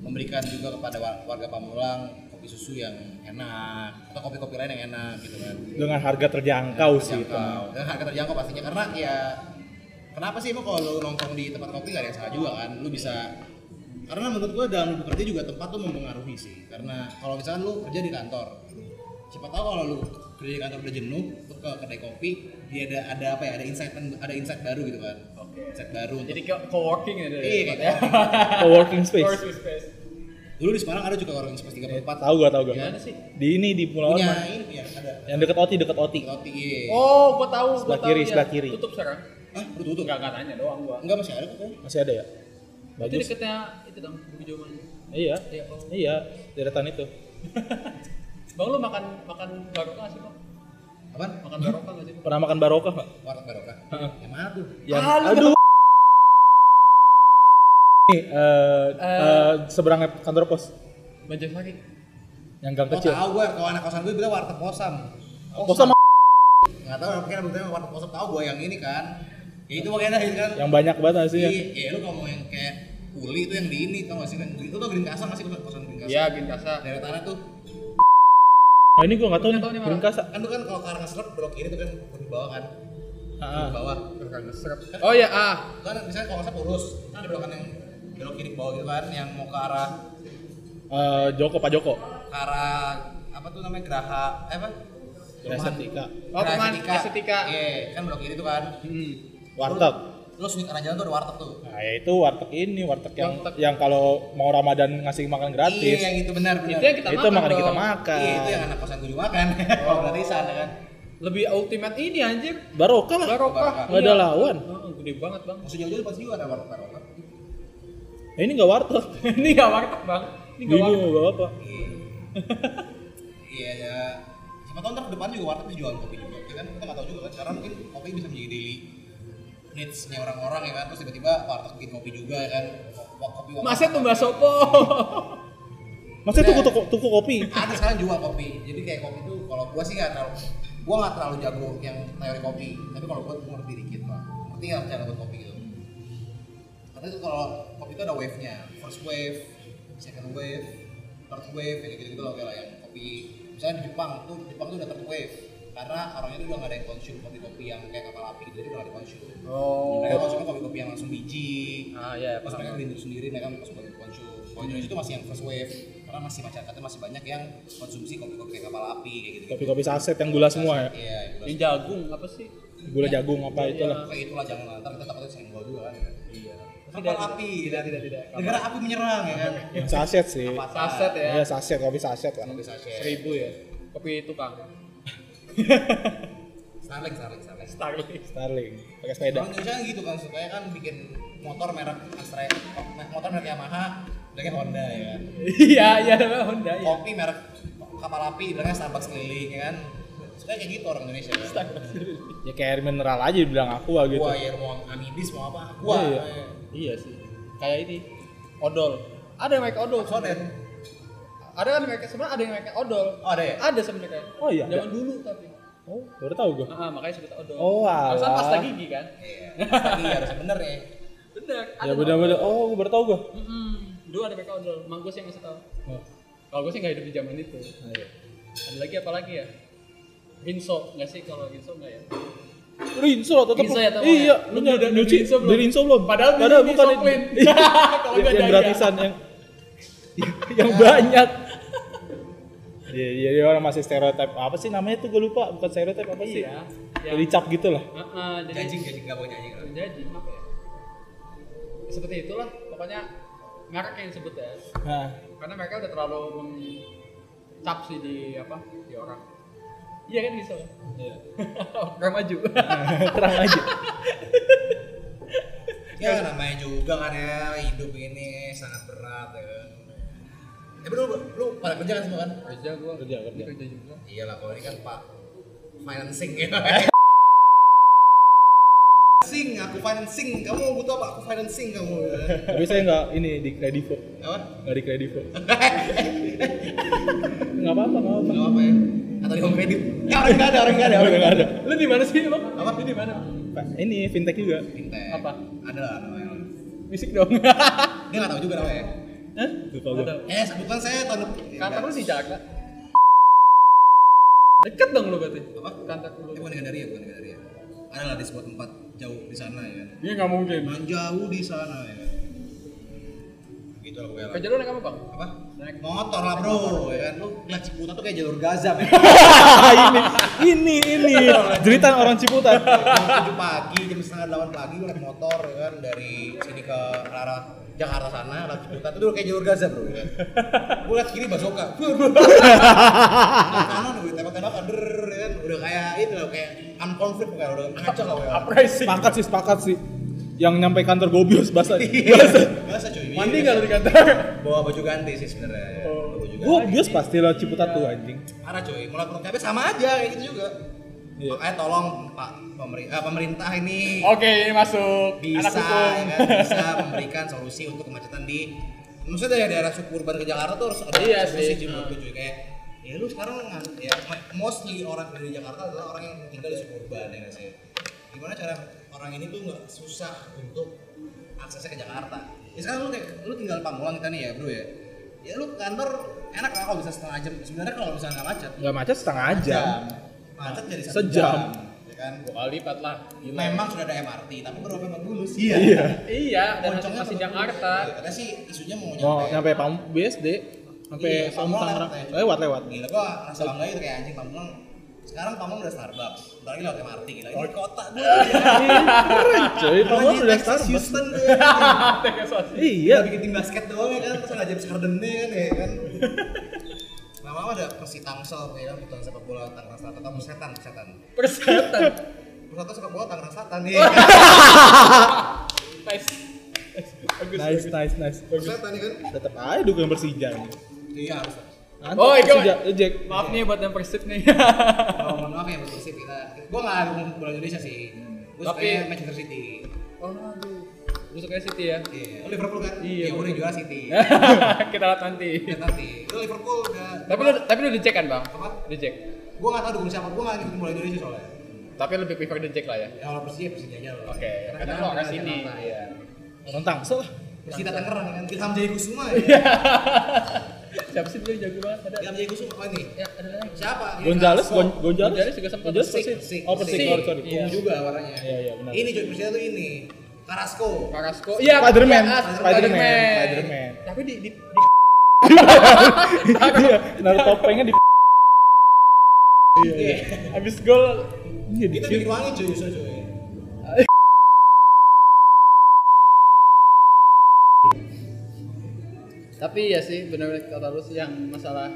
memberikan juga kepada wa- warga Pamulang kopi susu yang enak atau kopi-kopi lain yang enak gitu kan. Dengan harga terjangkau sih. Terjangkau. Dan harga terjangkau pastinya karena ya kenapa sih emang kalau lu nongkrong di tempat kopi gak ada yang salah juga kan? Lu bisa karena menurut gua dalam lu bekerja juga tempat tuh mempengaruhi sih. Karena kalau misalkan lu kerja di kantor, siapa tahu kalau lu kerja di kantor udah jenuh, lu ke kedai kopi, dia ada ada apa ya? Ada insight ada insight baru gitu kan. Oke. Insight baru. untuk- Jadi co- co-working ya dari Iya, tempat kayak Co-working space. Co-working space. (laughs) dulu di Semarang ada juga orang space 34 Tahu gua tahu gua. Gimana sih? Di ini di Pulau punya Orman. ini ya ada Yang deket OTI deket OTI. roti. iya. Oh, gua tahu, gua Sebelah tahu. kiri, ya. sebelah kiri. Tutup sekarang. Ah, udah tutup. Enggak enggak tanya doang gua. Enggak masih ada kok. kan? Masih ada ya? Itu Bagus. deketnya itu dong, Bukit Joman. Iya. Iya, Bang. Iya, deretan itu. Bang lu makan makan barokah sih, Bang? Apaan? Makan barokah enggak sih, Bang? Pernah makan barokah nggak? Warteg Barokah. Yang mana tuh? Yang Ah, lu aduh. Nih, eh, eh, seberangnya kantor pos Banjarsari. yang gang Oh, kecil. tahu gue, kalau anak kosan gue bilang warteg posam. Pos sama Enggak tahu mungkin bener warteg posam tahu gue yang ini kan. Ya itu makanya itu kan. yang banyak banget Iya, hasilnya. ya lu kalau mau yang kayak uli itu yang di ini tau gak sih kan? Itu tuh Green Kasa masih kosan Green Kasa. Iya, Gintasa. Daerah tanah tuh Oh, ini gua nggak tahu nih, Nggak tahu nih, belum Bang. kasa. kan tuh kan kalau karena serap belok kiri tuh kan di bawah kan. Ah, Di ah. bawah. Kurang serap. Oh iya, ah. kan misalnya kalau nggak salah lurus kan ada belokan yang belok kiri ke bawah gitu kan yang mau ke arah Eh, Joko Pak Joko. ke arah apa tuh namanya Geraha eh apa Perumahan. Estetika. Oh, Geraha perumahan Estetika. iya kan belok kiri tuh kan Hmm. Warteg. terus di kanan jalan tuh ada warteg tuh Nah, ya itu warteg ini, warteg yang Warteg. yang kalau mau Ramadan ngasih makan iya gratis. yang itu benar benar Itu yang kita itu makan makan kita dong. ya. makan. Iya, itu yang anak kosan gue juga makan (laughs) kalau gratisan ya kan Lebih ultimate ini anjir. Barokah lah. Barokah. Nggak ada Iya. lawan. Heeh, gede banget, Bang. (laughs) mau sejauh jauh pasti juga ada warteg warteg Ya, ini nggak warteg. Ini enggak warteg, Bang. Ini enggak Bingung warteg. mau bawa apa. Iya. iya ya siapa tahu ntar ke depan juga warteg jualan kopi juga ya kan kita nggak tahu juga kan sekarang mungkin kopi bisa menjadi daily needs-nya orang-orang ya kan terus tiba-tiba warteg bikin kopi juga ya kan Ko- ko- kopi warteg. Masnya tuh Mbak Sopo. Masa tuku tuku, tuku kopi? ada sekarang jual kopi jadi kayak kopi itu kalau gua sih nggak terlalu gua nggak terlalu jago yang teori kopi tapi kalau gua gua ngerti dikit lah ngerti nggak cara buat kopi gitu karena itu kalau kopi itu ada wave nya first wave second wave third wave kayak gitu gitu loh kayak lah yang kopi misalnya di Jepang tuh Jepang tuh udah third wave karena orangnya tuh udah nggak ada yang konsum kopi-kopi yang kayak kapal api gitu jadi udah nggak ada konsum Oh. mereka konsumnya kopi-kopi yang langsung biji Ah, iya, Terus mereka green sendiri mereka sebagai konsum. Kalau Indonesia itu masih yang first wave karena masih masyarakatnya masih banyak yang konsumsi kopi-kopi kayak kapal api kayak gitu. Kopi-kopi saset yang gula semua ya. Iya, gula. Yang jagung apa sih? Gula jagung apa itulah. Kayak itulah jangan lantar kita takutnya senggol juga kan. Iya. Kapal api, Tidak, tidak, Iya. tidak. negara api menyerang ya kan. Yang saset sih. Saset ya. Iya saset, kopi saset kan. lah. Kopi sachet. Seribu ya. Kopi tukang. Starling, Starling, Starling. Starling. Starling, pakai sepeda. Orang Indonesia kan gitu kan sukanya kan bikin motor merek Astra, motor merek Yamaha, bilangnya Honda ya kan. Iya, iya namanya Honda ya. Kopi merek kapal api, bilangnya Starbucks keliling ya kan. Sukanya kayak gitu orang Indonesia. Kan? Ya kayak air mineral aja dibilang aku lah gitu. Gua ya mau amibis mau apa? Gua. Iya, Iya, iya. Iya sih. Kayak ini odol. Ada yang pakai odol. Soden. Ada kan yang pakai sebenarnya ada yang pakai odol. Oh ada ya? Ada sebenarnya. Oh, iya, ada. Zaman dulu tapi. Oh, baru tahu gua. Ah, makanya sebut odol. Oh, alah. Alasan pasta gigi kan? Iya. Lagi harus bener ya. Bener. Ya bener-bener, oh gua baru tahu gua. Mm-mm. dulu ada mereka odol manggus yang ngasih tahu Oh, kalau gue sih nggak hidup di zaman itu ayo. ada lagi apa lagi ya Rinso nggak sih kalau Rinso nggak ya Rinso lah tetap. Rinso ya, tetap iya, ya. lu Lu nyari udah- udah nyuci Rinso belum? dari Rinso belum? Padahal beli di bukan (laughs) (laughs) Soplin. Iya. Kalau nggak ya. yang, yang ada, gratisan yang yang banyak. Iya, iya, iya, orang masih stereotip apa sih namanya tuh gue lupa, bukan stereotip apa sih? Iya, Ya. yang- Dicap gitu lah. Heeh, jadi Jajing, jajing, nggak mau jajing. jadi apa ya seperti itulah pokoknya merek yang disebut ya Nah, karena mereka udah terlalu mencap sih di apa di orang iya kan bisa iya (laughs) orang maju (laughs) terang aja. Ya namanya juga kan ya hidup ini sangat berat ya kan. Tapi lu, lu pada kerja kan semua kan? kerja gua Kerja, kerja. Ini kerja juga Iyalah kalau ini kan pak financing gitu ya. Financing, aku financing. Kamu butuh apa? Aku financing kamu. ya kan. Tapi saya nggak ini di kredivo, Apa? nggak di kredivo. Nggak apa-apa, nggak apa-apa. Gak apa ya? Atau di home credit? Ya orang nggak ada, orang nggak ada, Nggak orang nggak ada. ada. lu di mana sih bang Apa? Ini di mana? Pak, Ini fintech juga. Fintech. Apa? Ada lah namanya. Bisik (laughs) dong. Dia nggak tahu juga namanya. Hah? Lupa gue. Ada. Eh, sebutan saya tahun depan. kantor lu di Jakarta deket dong lu berarti Apa? kantor lu Eh, bukan dengan dari ya, bukan dengan dari ya. Ada lah di sebuah tempat jauh di sana ya. kan. iya nggak mungkin Nah, jauh di sana ya. Gitu lah pokoknya. lah. kerja lu naik apa bang Apa? Naik Naik motor lah bro, ya kan? Lu ngeliat Ciputat tuh kayak jalur Gaza, men. Ah, ini, ini, ini. Jeritan orang Ciputat. Jam 7 pagi, jam setengah 8 pagi lu naik motor ya kan dari sini ke arah Jakarta sana, lewat Ciputat itu udah kayak jalur Gaza, bro. Ya kan? Gue liat kiri Basoka. Liat kanan gue tembak-tembakan, der, ya kan? Udah kayak ini loh, kayak unconfirmed bukan, udah ngaco lah ya. kan? pricing Sepakat sih, sepakat sih. Yang nyampe kantor gobios basah. Gaza cuy. mandi nggak lu Oh. di kantor Bawa baju ganti sih sebenarnya. Bawa baju ganti. Gobios pasti lo Ciputat tuh anjing. Parah cuy, mulai perut capek sama aja kayak gitu juga. Iya. Makanya tolong Pak pemeri- eh, pemerintah ini oke ini masuk bisa anak hukum ya kan, bisa memberikan solusi untuk kemacetan di maksudnya dari daerah suburban ke Jakarta tuh harus ada Iya solusi sih. cuy, Hmm. menurut gue, cuy kayak ya lu sekarang dengan ya ma- mostly orang dari Jakarta adalah orang yang tinggal di suburban ya nggak sih gimana cara orang ini tuh nggak susah untuk aksesnya ke Jakarta ya sekarang lu kayak lu tinggal Pamulang kita nih ya bro ya ya lu ke kantor enak lah kalau bisa setengah jam sebenarnya kalau misalnya nggak macet Nggak macet setengah jam. jam macet jadi satu Sejam. jam, ya kan dua kali lipat lah Gila. memang sudah ada MRT tapi berapa yang lulus iya iya dan masih, Moncongnya masih tetap Jakarta lulus. karena sih isunya mau nyampe Mau nyampe pam BSD, Iya, sampai Pam Pamulang Tangerang. lewat aja. Lewat, lewat. gila gua rasa bangga gitu kayak anjing Pamulang sekarang Pamulang udah Starbucks bentar lagi lewat MRT gila ini kota gue Keren cuy, Pamulang Oh, udah Starbucks. Houston gue ya. Iya. bikin tim basket doang ya kan terus ada James Harden nih kan ya kan lama-lama ada Persi Tangsel ya kan bukan sepak bola Tangerang Selatan atau Persetan Persetan persetan Persetan sepak bola Tangerang Selatan nih ya kan nice bagus Nice, nice, nice. Persetan nih kan Tetap aja dukung Persija. iya harus Mantap, Oh, iya. Persija, ejek. maaf nih buat yang persib nih (laughs) Oh, mohon maaf ya buat Persib kita. Gua enggak ngomong bola Indonesia sih. Gua Tapi- sukanya Manchester City. oh aduh lu suka City ya Iya, lu Liverpool kan? Iya. Ya udah juara City. (laughs) kita lihat nanti Ya nanti. Lu Liverpool udah tapi lu tapi lu dicek kan bang apa? dicek Gua enggak tahu dukung siapa. Gua enggak ngikutin bola Indonesia soalnya. tapi lebih prefer dicek lah ya Ya kalau Persija Persijanya lah. Oke, karena lu orang sini. Iya. Orang Tangsel lah. Persita Tangerang kan. Ilham Jaya Kusuma Iya. ya. siapa sih dulu jago banget ada Ilham Jaya Kusuma apa nih? ya ada lagi Siapa? Ya, (laughs) Gonzales, Castro. Gon- Gonzales. Gonzales juga sempat. Gonzales Persik, Persik. Persik, Oh, Persik. Persik. Oh, sorry. Iya. Kung juga warnanya. Iya, iya, benar. Ini cuy Persita tuh ini. Carrasco. Carrasco iya Spiderman, iya, Spiderman, Spiderman. tapi di di, di Iya, naruh topengnya di Iya. Abis gol Iya di Kita bikin wangi cuy, justru cuy. tapi ya sih benar-benar kata lu sih yang masalah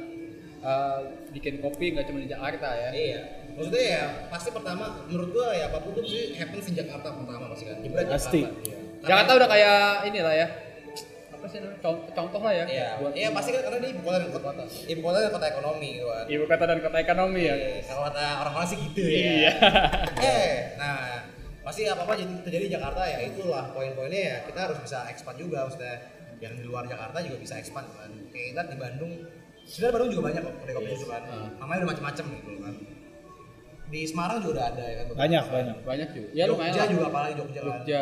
eh, bikin kopi nggak cuma di Jakarta ya Iya. Maksudnya ya pasti pertama menurut gua ya apapun tuh sih happen sejak Jakarta pertama pasti kan. Jebret Jakarta. Pasti. Iya. Jakarta udah kayak inilah ya apa sih namanya Con- contoh lah ya Iya. buat Iya pasti kan karena dia ibu kota dan kota. Ibu kota dan kota ekonomi gitu kan. ibu kota dan kota ekonomi ya Iya, Kalau kata orang-orang sih gitu ya. iya (laughs) Eh, nah pasti apa apa jadi terjadi di Jakarta ya itulah poin-poinnya ya kita harus bisa expand juga maksudnya yang di luar Jakarta juga bisa expand kan kayak kita di Bandung sebenarnya Bandung juga banyak kok kedai kopi susu kan Ah. namanya udah macam-macam gitu kan di Semarang juga udah ada ya kan beberapa. Banyak, banyak. banyak juga ya lumayan Jogja lah juga apalagi Jogja, kan. Jogja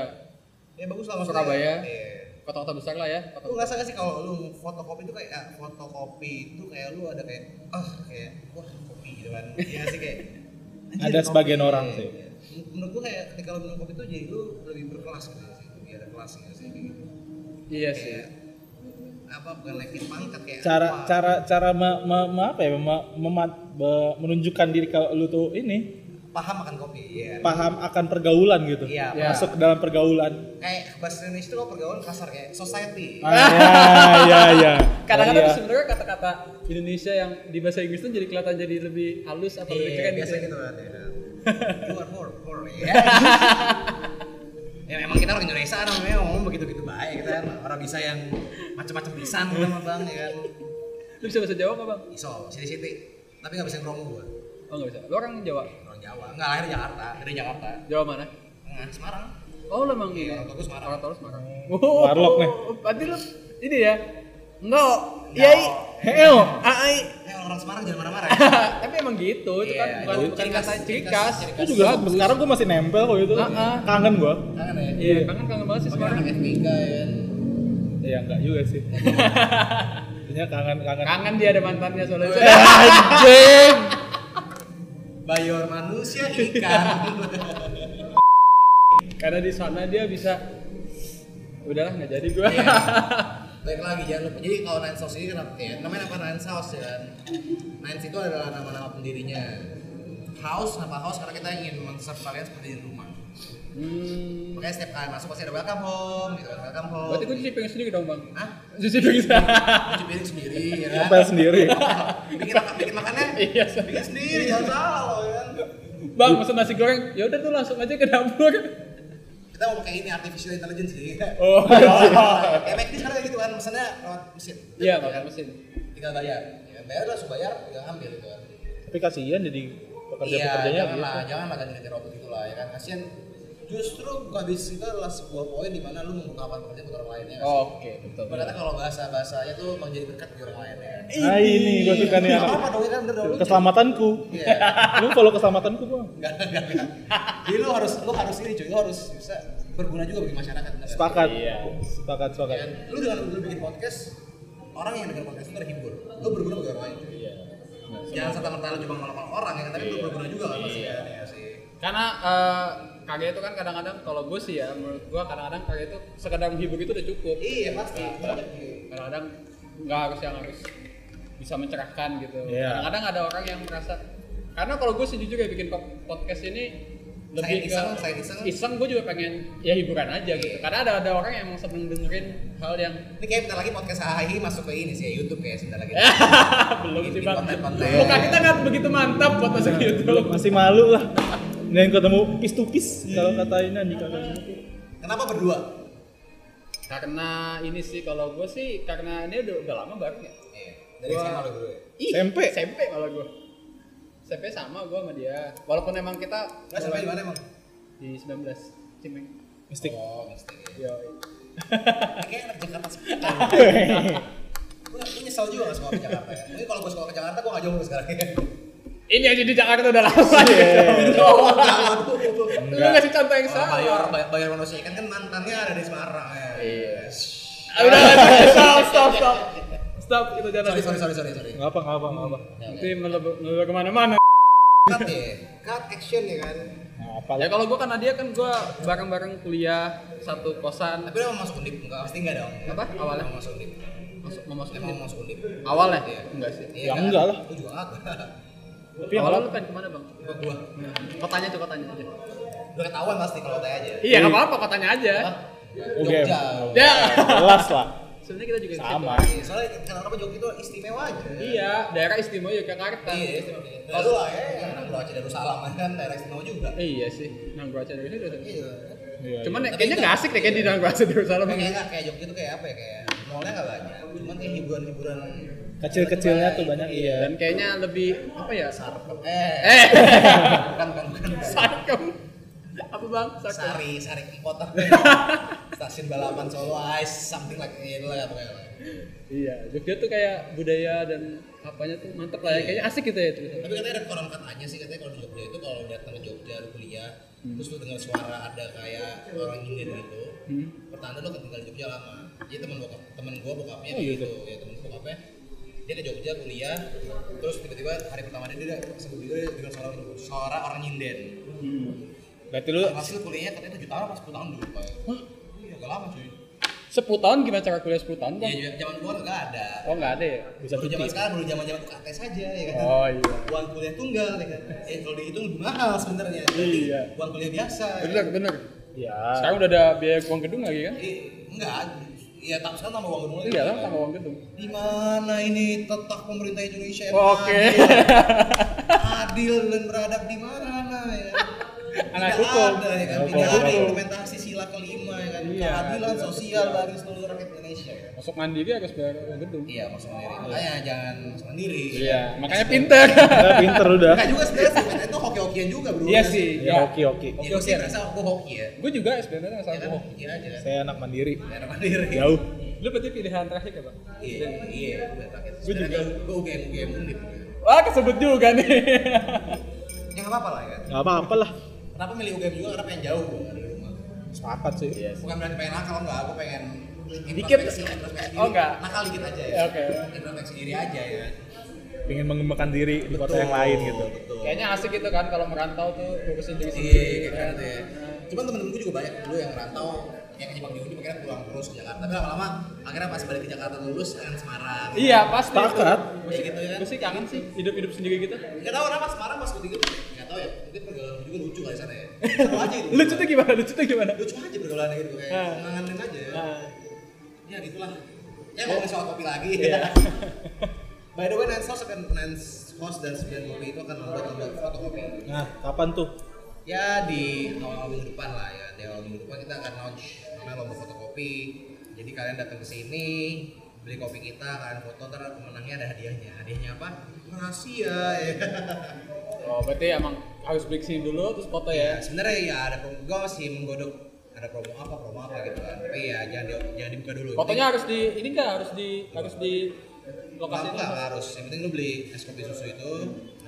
ya bagus lah maksudnya Surabaya. Iya. kota-kota besar lah ya kota Lu ngerasa gak sih kalau lu fotokopi itu kayak ah, fotokopi itu kayak lu ada kayak ah kayak wah kopi gitu kan. Iya gak sih kayak anjir, Ada kopi. sebagian orang sih. Menurut- Menurut gua kayak ketika lu minum kopi itu jadi lu lebih berkelas gitu sih. Lebih ada kelasnya sih kayak gitu. iya sih Kayak apa bukan naikin pangkat kayak cara apa. cara cara me- me- me- apa ya me- mema- be- menunjukkan diri kalau lu tuh ini paham akan kopi ya. paham akan pergaulan gitu Iya, Iya. masuk ke dalam (laughs) pergaulan Kayak bahasa Indonesia itu kalau pergaulan kasar kayak society. ah, ya ya ya kadang-kadang Iya. tuh sebenarnya kata-kata Indonesia yang di bahasa Inggris tuh jadi kelihatan jadi lebih halus atau lebih Iya, keren biasa gitu gitu kan. (laughs) ya. You are poor, poor. Ya. ya memang kita orang Indonesia kan namanya ngomong begitu-gitu baik kita kan orang bisa yang macam-macam lisan Iya. gitu sama bang ya kan. lu bisa bahasa Jawa nggak bang Iso, siti-siti. Tapi nggak bisa ngeromo gua. oh nggak bisa lu orang Jawa Orang Jawa. Nggak lahir di Jakarta, dari Jakarta. Jawa mana Nah, Semarang. oh lu emang Iya, iya orang tua gua Semarang. orang Taurus Semarang Warlock nih. berarti lu ini ya enggak iya, yai heo ai Eh, orang Semarang jangan marah-marah. (laughs) ya. tapi emang gitu itu kan Iya, bukan itu bukan ciri khas, kata ciri ciri khas, khas ciri Itu juga sekarang gue masih nempel kok itu Ah, ah. kangen gue Kangen ya. iya kangen kangen banget sih Sebagai Semarang anak FBK ya. ya enggak juga sih Intinya kangen kangen kangen dia ada mantannya soalnya Eh, anjing Bayor (laughs) manusia ikan. karena di sana dia bisa udahlah nggak jadi gua Iya. Baik lagi jangan lupa. Jadi kalau Nine House ini kenapa ya? Namanya apa Nine House ya kan? Nine itu adalah nama-nama pendirinya. House, kenapa house? Karena kita ingin men-serve kalian seperti di rumah. (laughs) hmm, Makanya setiap kalian masuk pasti ada welcome home, gitu kan? Welcome home. berarti gua cuci piring sendiri dong bang Hah? cuci piring sendiri Cuci piring sendiri, ya ngepel kan? sendiri bikin, makan, bikin makannya, (laughs) Iya, sorry. bikin sendiri, jangan salah loh ya kan? bang pesan nasi goreng ya udah tuh langsung aja ke dapur Kita mau pakai ini artificial intelligence sih. oh (laughs) Ya McD sekarang kayak gitu kan, pesannya lewat mesin. Kan? iya makan mesin Tinggal bayar. Ya, bayar udah, langsung bayar, tinggal ambil gitu kan. tapi kasihan jadi gitu. pekerja iya, pekerjanya janganlah, janganlah ganti-ganti robot itu lah ya kan. Kasian justru gadis itu adalah sebuah poin di mana lu membuka lapangan kerja buat orang lain ya. Oh. oke betul Berarti kalau bahasa bahasanya tuh mau jadi berkat di orang lain ya. nah ini gue suka nih Nggak anak apa-apa dong ya kan bener dong. lu- keselamatanku Iya. lu follow keselamatanku bang Enggak, enggak, enggak. Jadi lu harus lu harus ini cuy, lu harus bisa berguna juga bagi masyarakat. bener. sepakat Iya. sepakat Ya sepakat kan? Lu dengan lu bikin podcast, orang yang dengar podcast itu terhibur. Lu berguna bagi orang lain cuy. Iya. Jangan serta-merta lu cuma ngelawan orang ya, kan? tapi lu berguna juga kan Iya. pasti kan ya sih. karena eh, karya itu kan kadang-kadang kalau gue sih ya menurut gue kadang-kadang karya itu sekedar menghibur itu udah cukup Iya pasti. kadang-kadang nggak harus yang harus bisa mencerahkan gitu Iya. kadang-kadang ada orang yang merasa karena kalau gue sih jujur ya bikin po- podcast ini lebih ke Selain iseng, selain iseng. gue juga pengen ya hiburan aja gitu karena ada ada orang yang emang seneng dengerin hal yang Ini kayak bentar lagi podcast AHI masuk ke ini sih ya, YouTube ya sebentar lagi. (laughs) belum sih bang Konten-konten. muka kita nggak begitu mantap buat masuk YouTube masih malu lah dan ketemu pis to pis kalau kata ini Andi kata Kenapa berdua? karena ini sih kalau gue sih karena ini udah, udah lama bareng ya Iya. Dari Wah. SMA lo berdua. ya? Ih, SMP. SMP malah gue SMP sama gue sama dia walaupun emang kita Lo SMA di mana emang? di 19 Cimeng mistik Oh, mistik. ya. Yoi. Kayaknya anak Jakarta sekitar. Gue gue nyesel juga gak sekolah ke Jakarta ya. Mungkin kalau gue sekolah ke Jakarta gue gak jomblo sekarang (laughs) ya. Ini aja di Jakarta udah lama Iya. ya. Oh, aduh. Lu ngasih contoh yang Orang salah. bayar, bayar, bayar manusia ikan kan mantannya ada di Semarang ya. Iya. Ah, Udah, stop, stop, stop. Stop, itu jangan. Sorry, sorry, sorry, sorry, sorry. nggak apa nggak apa nggak apa Nanti melebur melebur kemana-mana. Cut ya, cut action ya kan. Nggak apa Ya kalau gua karena dia kan gua bareng-bareng kuliah satu kosan Tapi lo mau masuk undip enggak? Pasti enggak dong. Apa? Awalnya? Mau masuk undip. masuk mau masuk Emang mau masuk undip. awal ya? Enggak sih. Iya Ya kan? enggak lah. Gue juga agak. tapi yang Awalnya lu pengen kemana bang? (laughs) Gua gua. Kotanya tuh kotanya aja. Udah ketahuan pasti kalau tanya aja. Iya nggak apa-apa kotanya aja. Oke. Jogja. Ya. jelas lah Sebenarnya kita juga di situ. Sama. Iya, Soalnya kenapa Jogja itu istimewa aja. Iya, daerah istimewa Yogyakarta. Iya, istimewa. Lalu lah ya, yang lu aja Darussalam kan daerah istimewa juga. Iya sih. Nanggur aja dari situ. Iya. Iya, Cuman iya. ya, kayaknya nggak asik deh kayak di Nanggur aja dari sana. Kan Kayak gitu. enggak kayak Jogja itu kayak apa ya? Kayak mallnya nggak banyak. Cuman kayak hiburan-hiburan kecil-kecilnya tuh banyak iya Dan kayaknya lebih apa ya? Sarkem. Eh, Eh, (laughs) bukan bukan bukan. sarkem. Apa bang? Sarkem. Sari, Sari Kota. Stasiun balapan Solo Ice, something like itu lah pokoknya. Iya, Jogja tuh kayak budaya dan apanya tuh mantep lah ya. Kayaknya asik gitu ya terus. Tapi katanya ada konon katanya sih katanya kalau di Jogja itu kalau datang ke Jogja lu kuliah terus lu dengar suara ada kayak orang India gitu Hmm. pertanda lo ketinggalan di Jogja lama jadi temen bokap temen gue Oh, bokapnya gitu. gitu ya temen gua bokapnya dia ke Jogja kuliah terus tiba-tiba hari pertama dia dia sebut dia dengan suara suara orang nyinden Hmm. Berarti lu hasil kuliahnya katanya tujuh tahun apa sepuluh tahun dulu pak iya agak lama cuy 10 tahun gimana cara kuliah 10 tahun bang? ya zaman gua nggak ada Oh nggak ada ya? bisa baru cuti. zaman sekarang baru zaman zaman UKT saja ya kan Oh iya. uang kuliah tunggal ya kan eh kalau dihitung lebih mahal sebenarnya Iya. uang kuliah biasa ya Bener bener. Ya. Sekarang udah ada biaya uang gedung lagi kan? Jadi, Iya, enggak ya tak sekarang tambah uang gedung lagi Iya ya kan kan? sama uang gedung. di mana ini tetap pemerintah Indonesia yang Oke. (laughs) adil, adil dan beradab di mana ya kan? (laughs) Anak Tidak hukum. ada ya kan Anak tidak ada hukum. implementasi sila kelima ya kan Iya, keadilan tidak. sosial bagi seluruh rakyat Indonesia ya kan? Masuk mandiri harus bayar uang gedung. iya masuk sendiri makanya jangan masuk sendiri Iya. Makanya pinter. Nah, pinter udah. Enggak juga sebenarnya SBM itu hoki-hokian juga bro Iya sih. Ya, oke oke. Hoki hoki rasa aku hoki ya. Gue juga sebenarnya Ya sama kan bohong. hoki aja. Saya anak mandiri. Daerah mandiri. Jauh. Lu berarti pilihan terakhir ya bang? Iya, iya, gue takut. Gua juga. Gue UGM UGM Unip. Wah kesebut juga nih. Ya nggak apa-apa lah ya. Enggak apa-apa lah. Kenapa milih UGM juga? Karena pengen jauh gue dari rumah. Sepakat sih. Bukan berarti pengen nakal enggak, gue pengen Dikit. introspeksi, introspeksi diri. Oh, enggak. Nakal dikit aja ya. Ya, oke. Introspeksi diri aja ya. Pengen mengembangkan diri di kota yang lain gitu. Betul. Kayaknya asik gitu kan kalau merantau tuh ngurusin diri Iya, sendiri. kayak kan? gitu ya. Cuman temen-temen gue juga banyak dulu yang ngerantau yang kejebak di Unip akhirnya pulang terus ke Jakarta. Tapi lama-lama akhirnya pas balik ke Jakarta lulus kan Semarang. Iya pasti. Sepakat. Gue sih, Gitu ya. gua sih kangen sih hidup-hidup sendiri gitu. Gak tau kenapa Semarang pas gue tinggal Gak tau ya, mungkin pergaulan gue juga lucu kali sana (laughs) ya Seru aja gitu Lucu tuh gimana? Lucu tuh gimana? Lucu aja pergaulannya gitu, kayak Ah. ngangenin aja Nah, Oh. Ya gitulah Ya ngomongin soal kopi lagi Iya. (laughs) (laughs) By the way, Nance House akan Nance House dan Sembilan Kopi itu akan membuat lomba fotokopi Nah, kapan (laughs) tuh? Ya di awal minggu depan lah ya Di awal minggu depan kita akan launch namanya lomba fotokopi Jadi kalian datang ke sini beli kopi kita, kalian foto, ntar pemenangnya ada hadiahnya Hadiahnya apa? Rahasia (laughs) ya Oh, berarti emang harus beli sini dulu terus foto ya. Ya, sebenarnya ya ada promo gue masih menggodok ada promo apa promo apa gitu kan tapi ya jangan di- jangan dibuka dulu Fotonya harus di ini enggak harus di harus di lokasi lokasi itu. nggak harus yang penting lu beli es kopi susu itu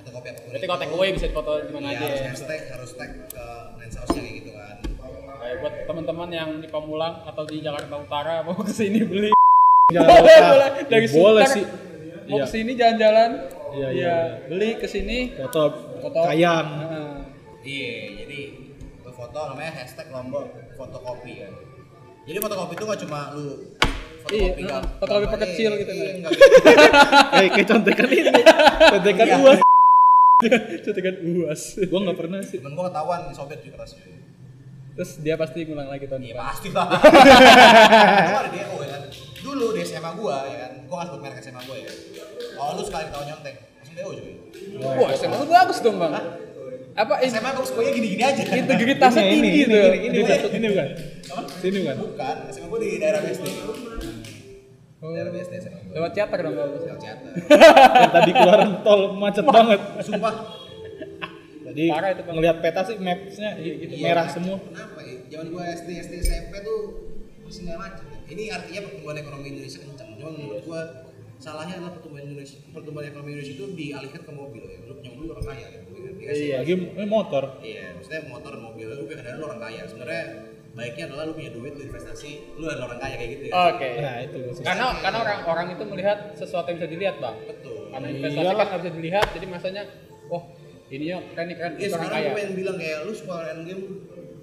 atau kopi apapun Berarti itu. kalau take away bisa foto di mana Iya, aja. harus ya. hashtag harus tag ke Nance House kayak gitu kan Kayak buat teman-teman yang di Pamulang atau di Jakarta Utara mau ke sini beli. Jakarta Boleh, Utara. boleh. Dari Ya, boleh Sunter. sih. Mau Iya. ke sini jalan-jalan. Iya, iya, iya. Beli ke sini Foto, foto. (laughs) kayang. Nah, iya jadi lu foto namanya hashtag lombok fotokopi kan jadi fotokopi itu nggak cuma lu fotokopi Iya, gam- eh, fotokopi gambar, perkecil eh, gitu iya, kan. nggak gitu. Kayak Eh, kayak contekan ini. Contekan Iya. uas. ah. kan contekan uas. Gua enggak pernah sih. temen gua ketahuan sobek di keras cuy. terus dia pasti ngulang lagi tahun Iya depan. pasti lah. Gua ada DO ya kan. Dulu di SMA gua ya kan. Gua nggak sebut merek SMA gua ya. Kalau lu sekali ketahuan nyontek, langsung DO cuy. Iya. Wah, SMA lu bagus dong, Bang. Apa eh, SMA bagus gue gini-gini aja. Gitu, integritasnya ini, tinggi ini, tuh? ini, ini, bukan. ini bukan. Apa? Sini bukan. Bukan, SMA gua di daerah BSD. Oh. Daerah BSD SMA gua. Lewat teater dong kalau Lewat Ciater. Yang tadi keluaran tol macet banget. Sumpah. Tadi Parah itu, Bang. ngelihat peta sih maps-nya gitu, Iya, merah kan. semua. Kenapa ya? Zaman gua SD, SD, SMP tuh masih nggak macet. Ini artinya pertumbuhan ekonomi Indonesia kencang. Cuman menurut gua salahnya adalah pertumbuhan Indonesia pertumbuhan ekonomi Indonesia itu dialihkan ke mobil ya. Lu punya mobil orang kaya ya. Dikasih Iya, lagi ini motor. Iya, maksudnya motor dan mobil lu punya kendaraan lu orang kaya. Sebenarnya baiknya adalah lu punya duit, lu investasi, lu adalah orang kaya kayak gitu ya. Oke. Nah, itu (laughs) maksudnya. Karena karena orang-orang itu melihat sesuatu yang bisa dilihat, Bang. Betul. Karena investasi Iyalah. kan nggak bisa dilihat, jadi masanya wah, ininya keren nih keren, Iya, itu orang sekarang kaya. gue pengen bilang kayak lu suka main game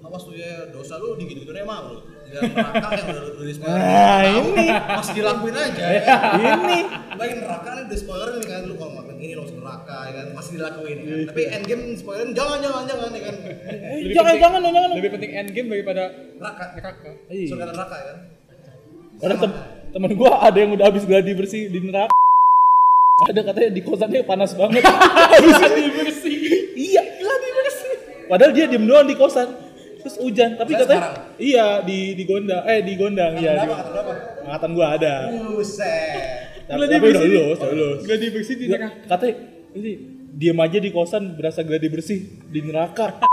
awas tuh ya dosa lu digigit gitu emang lu. Di dalam neraka yang udah lu udah di (laughs) spoiler. Nah, Tahu, ini. masih dilakuin aja. Ya. (laughs) ini Bayangin neraka nih udah spoiler nih kan lu kalau ngelakuin ini lu masuk neraka ya kan masih dilakuin ya kan. Iya. Tapi endgame spoilerin jangan jangan jangan ya kan. Lebih jangan penting- jangan jangan Lebih penting end game daripada Neraka. neraka. Iya. Surga dan neraka ya kan. Karena tem temen gue ada yang udah habis gladi bersih di neraka. Ada katanya di kosannya panas (laughs) banget. Habis gladi bersih. Iya, gladi bersih. Padahal dia diem doang di kosan. Terus hujan, tapi Padahal katanya sekarang? iya di di gondang, eh di gondang iya. Kenapa di- kata berapa? Angkatan gua ada. Buset. Tapi tapi udah lulus, udah lulus. Gladi bersih di Dia- neraka. Katanya ini diem aja di kosan berasa gladi bersih di neraka.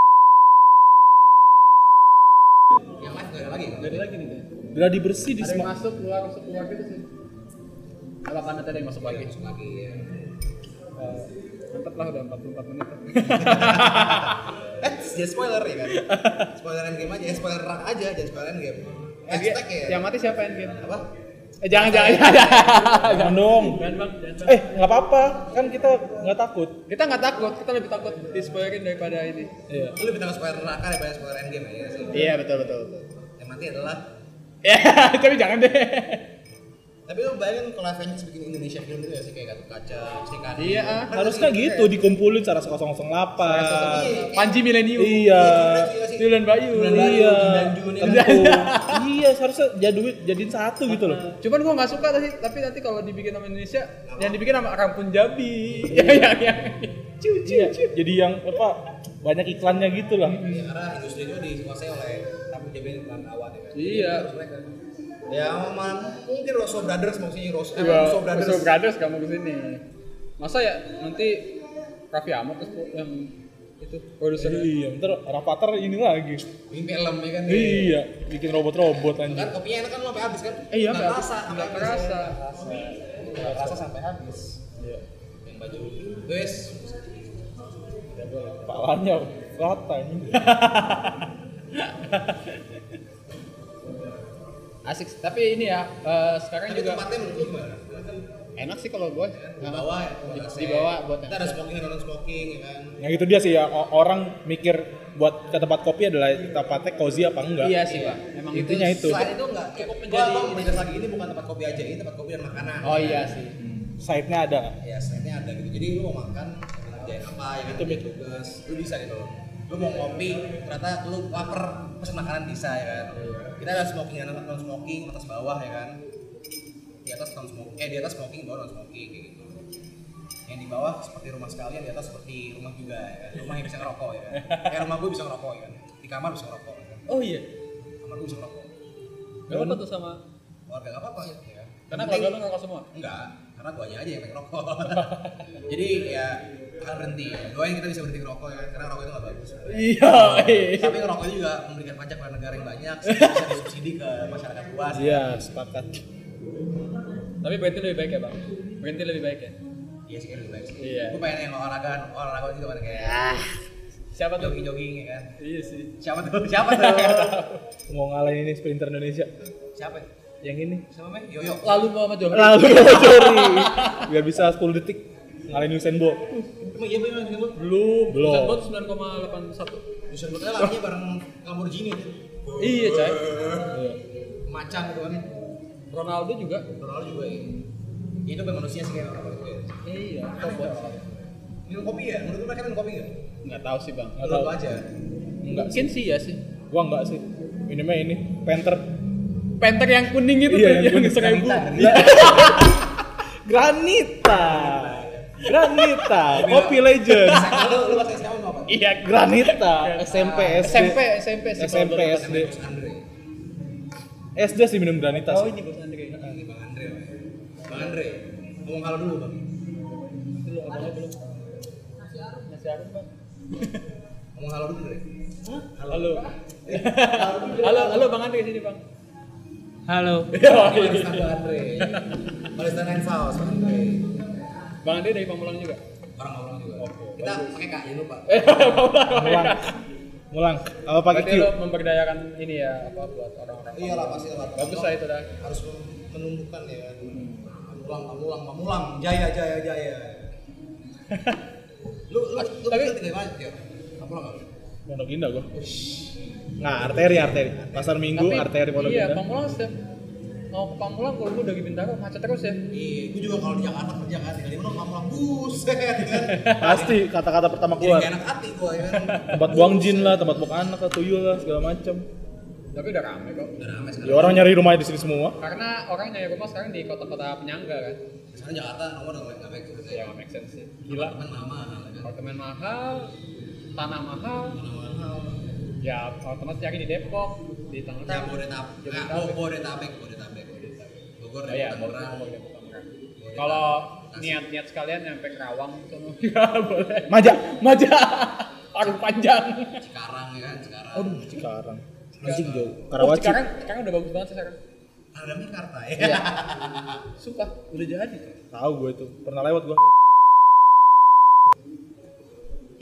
Yang lain gak ada lagi. Jadi lagi nih. Bang. Gladi bersih di Ada yang semak. masuk keluar masuk keluar gitu sih. Apa kan ada yang masuk lagi? Masuk lagi ya. Eh, Mantap lah udah 44 menit. Eh, (laughs) Eh, jadi spoiler ya kan? Spoiler game aja, eh, spoiler rak aja, jadi spoiler game. Hashtag ya? yang mati siapa Engin? Apa? Eh, jangan jangan jangan. Jangan dong. Jangan bang, jangan bang. Eh, nggak apa-apa. Kan kita nggak takut. Kita nggak takut, kita lebih takut di spoilerin daripada ini. (laughs) Iya. Lu lebih takut spoiler neraka daripada spoiler endgame ya sih. Iya betul betul betul. Yang mati adalah Ya, tapi jangan deh. tapi lu bayangin kalau Avengers bikin Indonesia film itu ya sih kayak Gatot Kaca, Kan Srikandi. Iya, ah. Eh, Harusnya gitu dikumpulin secara 008. Panji milenium. Iya. Dylan Bayu. Iya. Juni kan. Tentu. Iya, seharusnya jadi duit jadiin satu gitu loh. Cuman gua nggak suka tadi, tapi nanti kalau dibikin sama Indonesia, yang dibikin sama orang Punjabi. (laughs) Ya yang yang. Cuci. Iya. Jadi yang apa banyak iklannya gitu lah. Ya, karena industri itu dikuasai oleh tamu jamin dan awan ya. kan? Iya. Terus mereka. Ya, man, mungkin Rosso Brothers maksudnya Rosso, eh, Iya, Rosso Brothers. Russo Brothers kamu kesini. Masa ya nanti Raffi Ahmad terus yang itu produsernya. Iya, ntar rapater ini lagi. Bikin film ya kan. Iya, bikin robot-robot Kan anjir. kopinya enak kan lo sampai habis kan? Eh, iya, sampai Nggak kerasa, habis. sampai Nggak kerasa. Nggak kerasa sampai habis. Iya. Yang baju guys, Palanya rata ini. Asik, tapi ini ya eh, sekarang tapi juga tempatnya menurut lu gimana? enak sih kalau gue. Di bawah ya? Di bawah buat Kita ada smoking dan non smoking ya kan. Yang itu dia sih ya o- orang mikir buat ke tempat kopi adalah tempatnya cozy apa enggak. Iya sih pak, emang itu. Intinya itu. Selain itu nggak cukup menjadi. Gua menjelas lagi ini bukan tempat kopi aja, ini tempat kopi dan makanan. Oh iya sih. Side-nya ada. Ya selainnya ada gitu. Jadi lu mau makan, ngerjain apa ya kan? Itu tugas, lu bisa gitu. Lu mau ngopi, ternyata lu lapar, pesen makanan bisa ya kan. Kita ada smoking dan non smoking atas bawah ya kan. Di atas non smoking, eh di atas smoking, bawah non smoking kayak gitu. Yang di bawah seperti rumah sekalian, di atas seperti rumah juga ya kan. Rumah yang bisa ngerokok ya kan. Kayak rumah gue bisa ngerokok ya kan. Di kamar bisa ngerokok. Ya kan? Oh iya. Kamar gue bisa ngerokok. Gak apa tuh sama Keluarga gak apa-apa ya kan. karena Yang keluarga penting- lu ngerokok semua. Enggak, karena guanya aja yang pengen rokok. Jadi ya akan berhenti. Doain kita bisa berhenti ngerokok ya, karena rokok itu nggak bagus. Iya. Tapi ngerokok juga memberikan pajak pada negara yang banyak, bisa disubsidi ke masyarakat luas. Iya, sepakat. Tapi berhenti lebih baik ya bang. Berhenti lebih baik ya. Iya sih lebih baik sih. Iya. Gue pengen yang olahraga, olahraga juga kan kayak Siapa tuh? jogging jogging ya kan. Iya sih. Siapa tuh? (laughs) Siapa tuh? Mau ngalahin ini sprinter Indonesia. Siapa? Yang ini. Siapa meh? Yoyo. Lalu mau sama Johor. Lalu Ah, (laughs) sorry. Biar bisa 10 detik ngalahin Usain Bolt. Emang iya memang gitu. Belum. Belum. Usain Bolt 9,81. Bisa gue larinya bareng Lamborghini tuh. Iya cai. Macan gitu kan. Ronaldo juga. Ronaldo juga ya. Ya, Itu bukan manusia sih kayak orang-orang itu ya. Iya. Tobot. Minum kopi ya? Menurut lu mereka minum kopi nggak? Nggak tahu sih bang. Nggak Menurut tahu. lu aja. Enggak sih. Mungkin sih ya sih. Gua enggak sih. Minumnya ini Panther. Penter yang kuning itu Iya, tuh, yang yang, kuning. seribu. Granita. Granita, Kopi Legend. SMA lu lu pas SMA mau apa? Iya, Granita. SMP, SD. SMP, SMP iya sih. kalau SMP, SD. Bos Andre. SD sih minum Granita. gua- Oh sih. ini bos Andre. Ini Bang Andre. Pak. Bang Andre. Ngomong halo dulu, Bang. Itu lu abangnya belum. Masih harum bang. Ngomong halo dulu, Andre. Halo. Halo, halo bang Andre sini bang. (laughs) Ya, Halo. Oh, iya. Barista Bang Andre. Barista Nine House, Bang Andre. Bang Andre dari Pamulang juga. Orang-orang juga. Oh, Kita pakai Kak, jangan lupa. Eh. Ngulang. Ngulang. Apa pakai Q? Berarti lo memperdayakan ini ya apa buat orang-orang. Iya lah pasti lah. Bagus lah ya. itu dah. Harus menumbuhkan ya. Hmm. Pamulang, pamulang, pamulang. Jaya, jaya, (laughs) jaya. Lu lu lu Tapi- tinggal di mana, Tio? Pamulang nggak? Pondok Indah gua. Nah, arteri arteri. Pasar Minggu arteri Pondok Iya, Indah. Pamulang setiap mau ke Pamulang kalau gue dari Bintaro macet terus ya. Iya, gue juga kalau di Jakarta kerja kan, tinggal di mana pamulang (laughs) buset kan. Pasti kata-kata pertama Jadi gak keluar. enak hati gue ya kan. Tempat buang jin lah, tempat buang anak lah, tuyul lah, segala macam. Tapi udah rame kok. Udah rame sekarang. Ya orang nyari rumah di sini semua. Karena orang nyari rumah sekarang di kota-kota penyangga kan. Sekarang Jakarta nomor udah nggak baik gitu Ya ya. nggak make sense sih. Gila. Apartemen mahal Iya. kan. Apartemen mahal, tanah mahal, Mahal. ya otomatis cari di Depok, di Ya Tangerang. Bodetabek, nggak Jabodetabek. Bodetabek, Bodetabek, Bodetabek. Bogor Oh dan iya, Tangerang. Bogor, Depok, Tangerang. Kalau niat-niat sekalian nyampe Kerawang (laughs) semua ya boleh. Maja. Maja, arung panjang. Cikarang ya kan, Cikarang. Aduh, Cikarang. Anjing Cikarang. jauh. Oh, Karawaci. sekarang sekarang udah bagus banget sih sekarang. Ada Mekarta Iya. ya. (laughs) Sumpah, udah jadi. Tahu gue itu. Pernah lewat gue.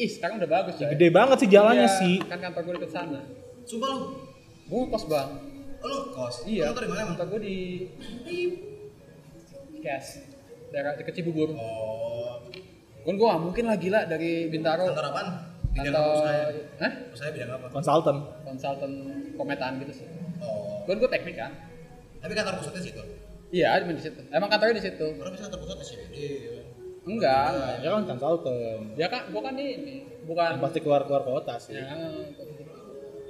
Ih, sekarang udah bagus ya. Gede banget sih jalannya Iya, sih. Kan kantor gue deket sana. Sumpah lu, Gue kos bang. Oh, lu kos? Iya. Lu tau dari mana emang? Kantor gue di Cash. Daerah dekat Cibubur. Oh, Kan gue nggak mungkin lah gila dari Bintaro kantor apaan? Bidang apa atau usahanya? Hah? Usahanya bidang apa? konsultan konsultan pemetaan gitu sih. Oh, Kan gue teknik kan. tapi kantor pusatnya situ? Iya, cuma di situ. Emang kantornya di situ. Orang bisa kantor pusatnya sih? Iya. Enggak. ya kan konsultan Ya kan, gue kan ini bukan. pasti keluar keluar kota sih Ya,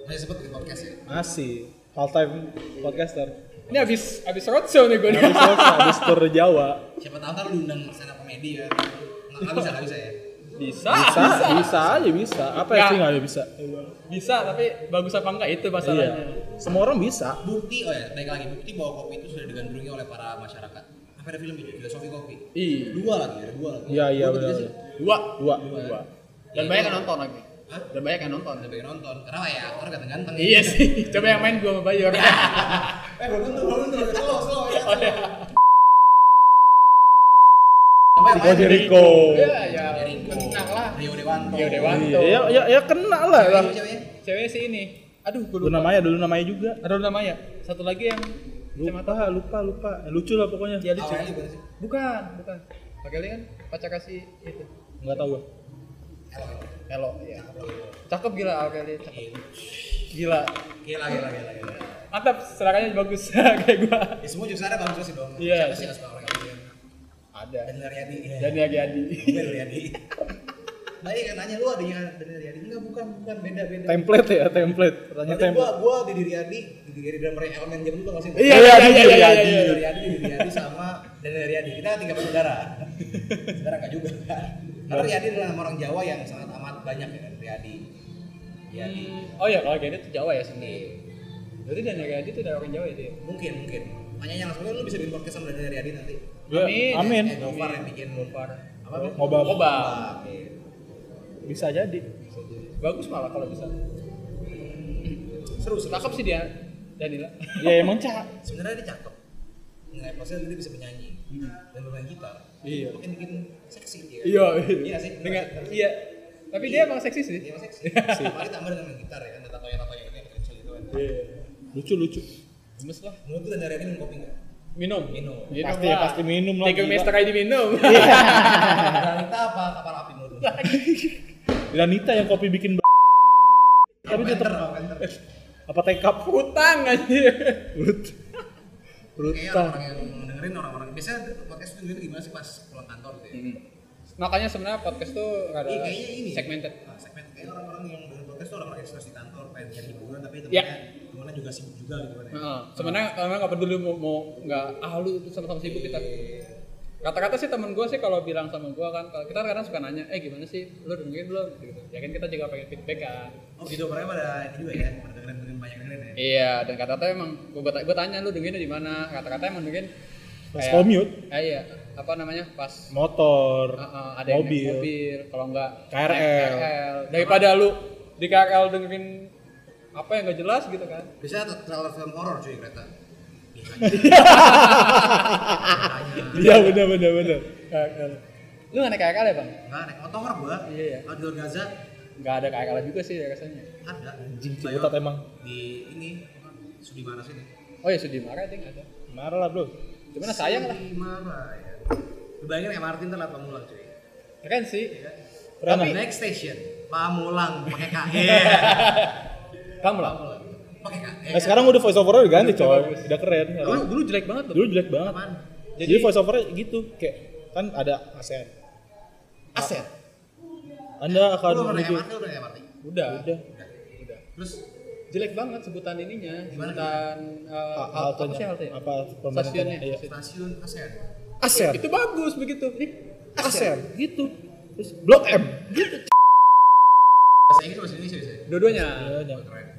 Masih sebut di podcast ya? masih full time podcaster ini habis habis roadshow nih gue. habis selesai, habis tour Jawa Siapa tahu ntar lu undang stand up comedy ya? Nggak nggak bisa, nggak bisa ya? Bisa, Iya. bisa bisa aja bisa apa ya Nggak. sih nggak ada bisa Bisa, tapi bagus apa enggak itu iya masalahnya. semua orang bisa Bukti, oh ya, baik lagi, bukti bahwa kopi itu sudah digandrungi oleh para masyarakat. Apa ada film itu? Filosofi kopi. Iya. Dua lagi, ada dua lagi. iya iya Dua atau tiga benar sih? Dua. dua Dua. Iya. Dan banyak yang nonton lagi. Hah? Dan banyak yang nonton. Ada yang nonton, karena apa ya, aktor ganteng-ganteng. Iya sih. Coba yang main gua sama Bayor. Eh, belum tentu, belum tentu. Slow, Oh, slow iya. ya. Apa yang Chico main? Jericho Iya, ya. Jericho. Kenal lah. Rio Dewanto. Rio Dewanto. ya. iya ya ya, ya kenal lah Iya, lah Cewek, cewek. Cewek sih ini. Aduh, gua dulu lupa. namanya dulu namanya juga Ada namanya. Satu lagi yang lupa lupa lupa Eh, lucu lah pokoknya dia Iya, lucu. Awalnya bukan sih. Bukan, bukan. Pakeli kan pacar kasih itu. nggak tahu gua Elo, iya. Cakep gila Aureli, cakep. Gila. Gila. Gila, gila, gila, gila. Mantap, serangannya bagus (laughs) kayak gua. Ya semua juga sekarang bagus sih dong. Iya. Siapa sih yang suka orang yang Ada. Daniel Riyadi. Dan lagi Adi. Daniel (laughs) Riyadi. Tadi kan nanya lu adanya Daniel Riyadi enggak bukan bukan beda beda. template ya template pertanyaan Tapi template gua gua di Riyadi, di Riyadi dan gitu mereka elemen jam dulu masih. Iya, iya, iya, iya, iya, iya. Didi Riyadi, Didi Riyadi sama Daniel Riyadi. Kita tiga bersaudara. Saudara enggak juga. Karena Riyadi adalah nama orang Jawa yang sangat amat banyak ya kan Riyadi. Riyadi. Oh iya, kalau Gandhi itu Jawa ya sendiri. Berarti Dan lagi Adi itu dari orang Jawa itu ya? Mungkin mungkin. Tanya yang sebenarnya lu bisa bikin podcast sama Daniel Riyadi nanti. Ya, Amin. ya. amin Eh, Gofar yang bikin Gofar. Apa? Bang? Ngobam. Ngobam. Iya. bisa jadi Bagus malah kalau bisa. Seru, seru. Cakep sih dia, Danila. ya emang cak sebenarnya dia cakep nilai plusnya dia bisa menyanyi dan bermain gitar Hmm. Iya. mungkin bikin seksi dia Iya. Iya sih. Dengan iya. Tapi dia emang seksi sih. dia emang seksi apalagi Iya, tambah dengan main gitar ya kan ada tatonya tatonya ini yang kecil itu kan Iya. Iya. lucu lucu Gemes lah. menurut tuh dari minum kopi nggak Iya. Minum. Minum. Iya, Iya. Pasti, ya, pasti minum lah, Tiga gila. Mister ID minum. (laughs) Granita apa kapal api menurut lu Granita yang kopi bikin b- tapi tetap Penter, penter. apa tekap Hutang anjir. Iya. kayaknya brutal orang-orang yang dengerin orang-orang biasanya podcast itu dengerin gimana sih pas pulang kantor gitu Hmm. ya Makanya sebenarnya podcast tuh rada Iya, kayaknya ini. segmented. Nah, segmen kayaknya orang-orang yang dengerin podcast tuh orang-orang yang stres di kantor pengen cari hiburan tapi Iya. temennya temennya juga sibuk juga gitu kan ya Heeh. Sebenarnya kalau nggak peduli mau, mau nggak ah lu tuh sama-sama sibuk kita. Iya. Kata-kata sih temen gue sih kalau bilang sama gue kan kalau kita kadang suka nanya, eh gimana sih lu dengerin belum? Gitu. Ya kan kita juga pengen feedback kan. oh gitu mereka pada ini juga ya pada dengerin dengerin banyak dengerin ya Iya dan kata-kata emang gue gue tanya lu dengerin di mana? Kata-kata emang dengerin pas kayak- commute Eh, iya apa namanya pas motor eh, eh, ada mobil yang naik mobil kalau nggak KRL. naik KRL. daripada lu di KRL dengerin apa yang nggak jelas gitu kan? Biasanya ada trailer film horor cuy kereta. Biasanya. Biasanya. iya benar benar benar KRL. Lu nggak naik KRL ya bang? Nggak naik motor gua. Iya, iya. Kalau di luar Gaza Nggak ada KRL juga sih ya rasanya. ada. anjing Saya ciputat emang Di ini Sudimara sini. Oh ya Sudimara itu ada. marah lah bro Cuman sayang lah. Sudimara ya. Lu Bayangin MRT ntar lewat Pamulang cuy. Keren sih. pernah Tapi- nggak? Next station Pamulang pakai K. Kamu lah. Pamulang. Pakai K. E. nah sekarang udah voice overnya udah ganti coy udah keren Dulu, dulu jelek banget loh. dulu jelek banget Apaan? jadi, Jadi- voice overnya gitu kayak kan ada ASEAN Aset. anda Lu akan pernah menuju MRT lu pernah MRT. Udah. udah Udah. Terus Jelek banget sebutan ininya, Gimana? sebutan eh, hal- Ah, apa haltenya. sih haltenya? Apa, pemerintahnya? Stasiunnya. Iya. stasiun Aset. ASEAN Itu bagus begitu. Ih, ASEAN ASEAN. gitu terus blok M Bahasa Inggris bahasa Indonesia biasanya. Dua-duanya.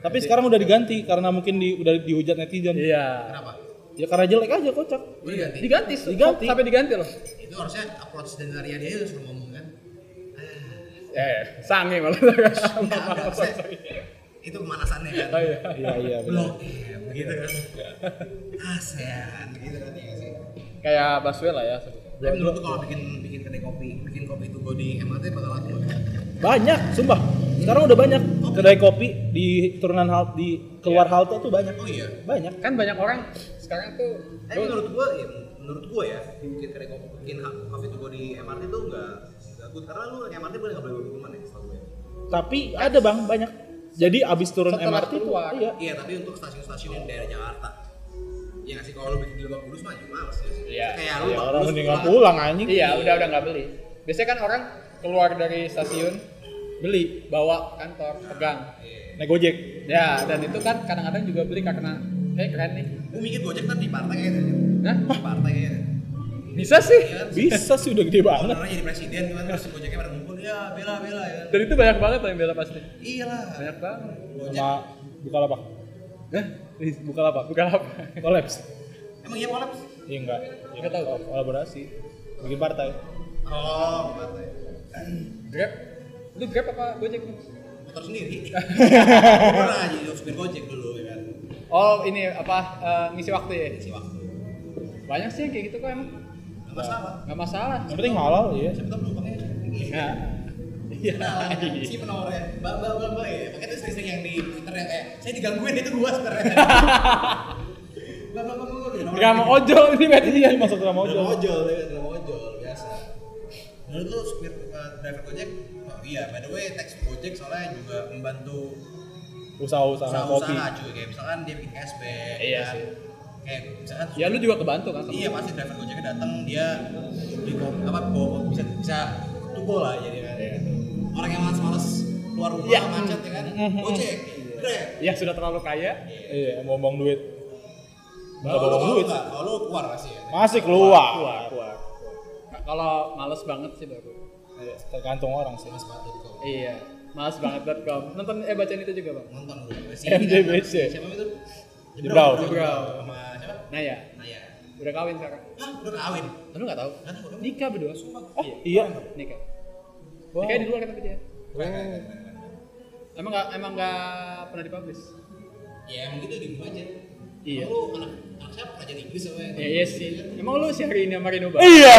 tapi sekarang udah diganti karena mungkin di, udah dihujat netizen Iya. Kenapa? ya karena jelek aja kocak Udah ganti. Diganti, Diganti. sampai diganti loh. itu harusnya approach dan Arya dia udah suruh ngomong kan Eh, sange (laughs) malah. Enggak, enggak, maksudnya itu pemanasannya kan Oh iya. iya iya benar. blok M gitu kan ASEAN gitu kan ya sih Kayak Baswe lah ya. tapi ya, menurut lu kalau bikin bikin kedai kopi bikin kopi itu gue di MRT bakal laku banyak sumpah Sekarang udah banyak kedai kopi di turunan halt di keluar halte tuh banyak. Oh iya. Banyak. kan banyak orang sekarang tuh Tapi menurut gua ya, menurut gua ya, bikin kedai kopi, bikin ha- kafe tuh di MRT tuh nggak nggak good karena lu yang MRT boleh nggak boleh bawa minuman ya, setahu gua. ya. Tapi ada bang banyak. Jadi abis turun Setelah MRT tuh, keluar. iya. Iya, tapi untuk stasiun-stasiun yang daerah Jakarta. Ya nggak sih kalau lu bikin di Lebak Bulus mah juga males ya sih. Iya. Kayak lu Ya, Lebak orang Bulus mendingan pulang. pulang anjing. iya udah udah nggak beli biasanya kan orang keluar dari stasiun beli bawa kantor pegang Iya. Naik gojek. ya dan itu kan kadang-kadang juga beli karena eh keren nih Gua mikir Gojek ntar di partai kayaknya. nah Di partai kayaknya. Iya kan? bisa sih Bisa sih udah gede banget. Karena jadi presiden kan terus Gojeknya pada ngumpul ya bela bela ya. dan itu banyak banget loh yang bela pasti Iyalah. banyak banget Gojek. Sama Bukalapak. Hah? Bukalapak. bukan apa Collabs. Emang iya kolaps? Iya enggak. Nggak tahu. Kolaborasi. Bikin partai. Oh, partai. grab lu grab apa gojek Bang? Motor sendiri. Pernah jadi supir Gojek dulu ya kan. oh ini apa eh, ngisi waktu ya Isi waktu. banyak sih yang kayak gitu kok emang Nggak masalah. nggak masalah Yang penting halal ya. Siapa tahu penumpangnya Iya. Nah, Iya. si penawarnya, mbak, mbak, mbak, mbak ya. Makanya terus istri yang di Twitter yang kayak, saya digangguin itu gua sebenarnya. Mbak, mbak, mbak, mbak, mbak, nomor drama ojol ini berarti dia Ini masuk drama Drama ojol. ojol, ya, drama ojol biasa. Menurut lu supir uh, driver Gojek? Oh iya, by the way, teks Gojek soalnya juga membantu Usaha-usaha kopi. usaha-usaha cuy. Kayak misalkan dia bikin cashback. Iya kan. sih. Kayak misalkan ya lu juga kebantu kan sama Iya pasti driver gojeknya datang dia beli kopi apa bawa kopi, bisa bisa tubo lah jadi kan. Orang yang malas-malas keluar rumah Iya. macet ya kan. Gojek, grab. ya sudah terlalu kaya Iya, ngomong duit. Enggak Kalau lu- bawa kalau duit. lu nggak, Kalau lu keluar pasti ya. Masih keluar. keluar Nah, kalau males banget sih baru Iya, Tergantung orang sih. Mas patut kok. iya males banget banget kau nonton eh bacaan itu juga bang Nonton dulu. Si- MJBC. Siapa itu? Jebrau. Jebrau. Sama siapa? nah ya Naya. udah kawin sekarang Hah, udah kawin. lu nggak tahu Nggak tahu, dong. nikah berdua Oh, iya iya. nikah Wow. nikah di luar kata kerja Keren, keren, keren, keren. emang nggak emang nggak pernah dipublish Ya emang gitu di rumah aja. Iya. Lu anak anak siapa kerja di Inggris sama yang- ya iya sih emang lu si hari ini sama Rino bang Iya.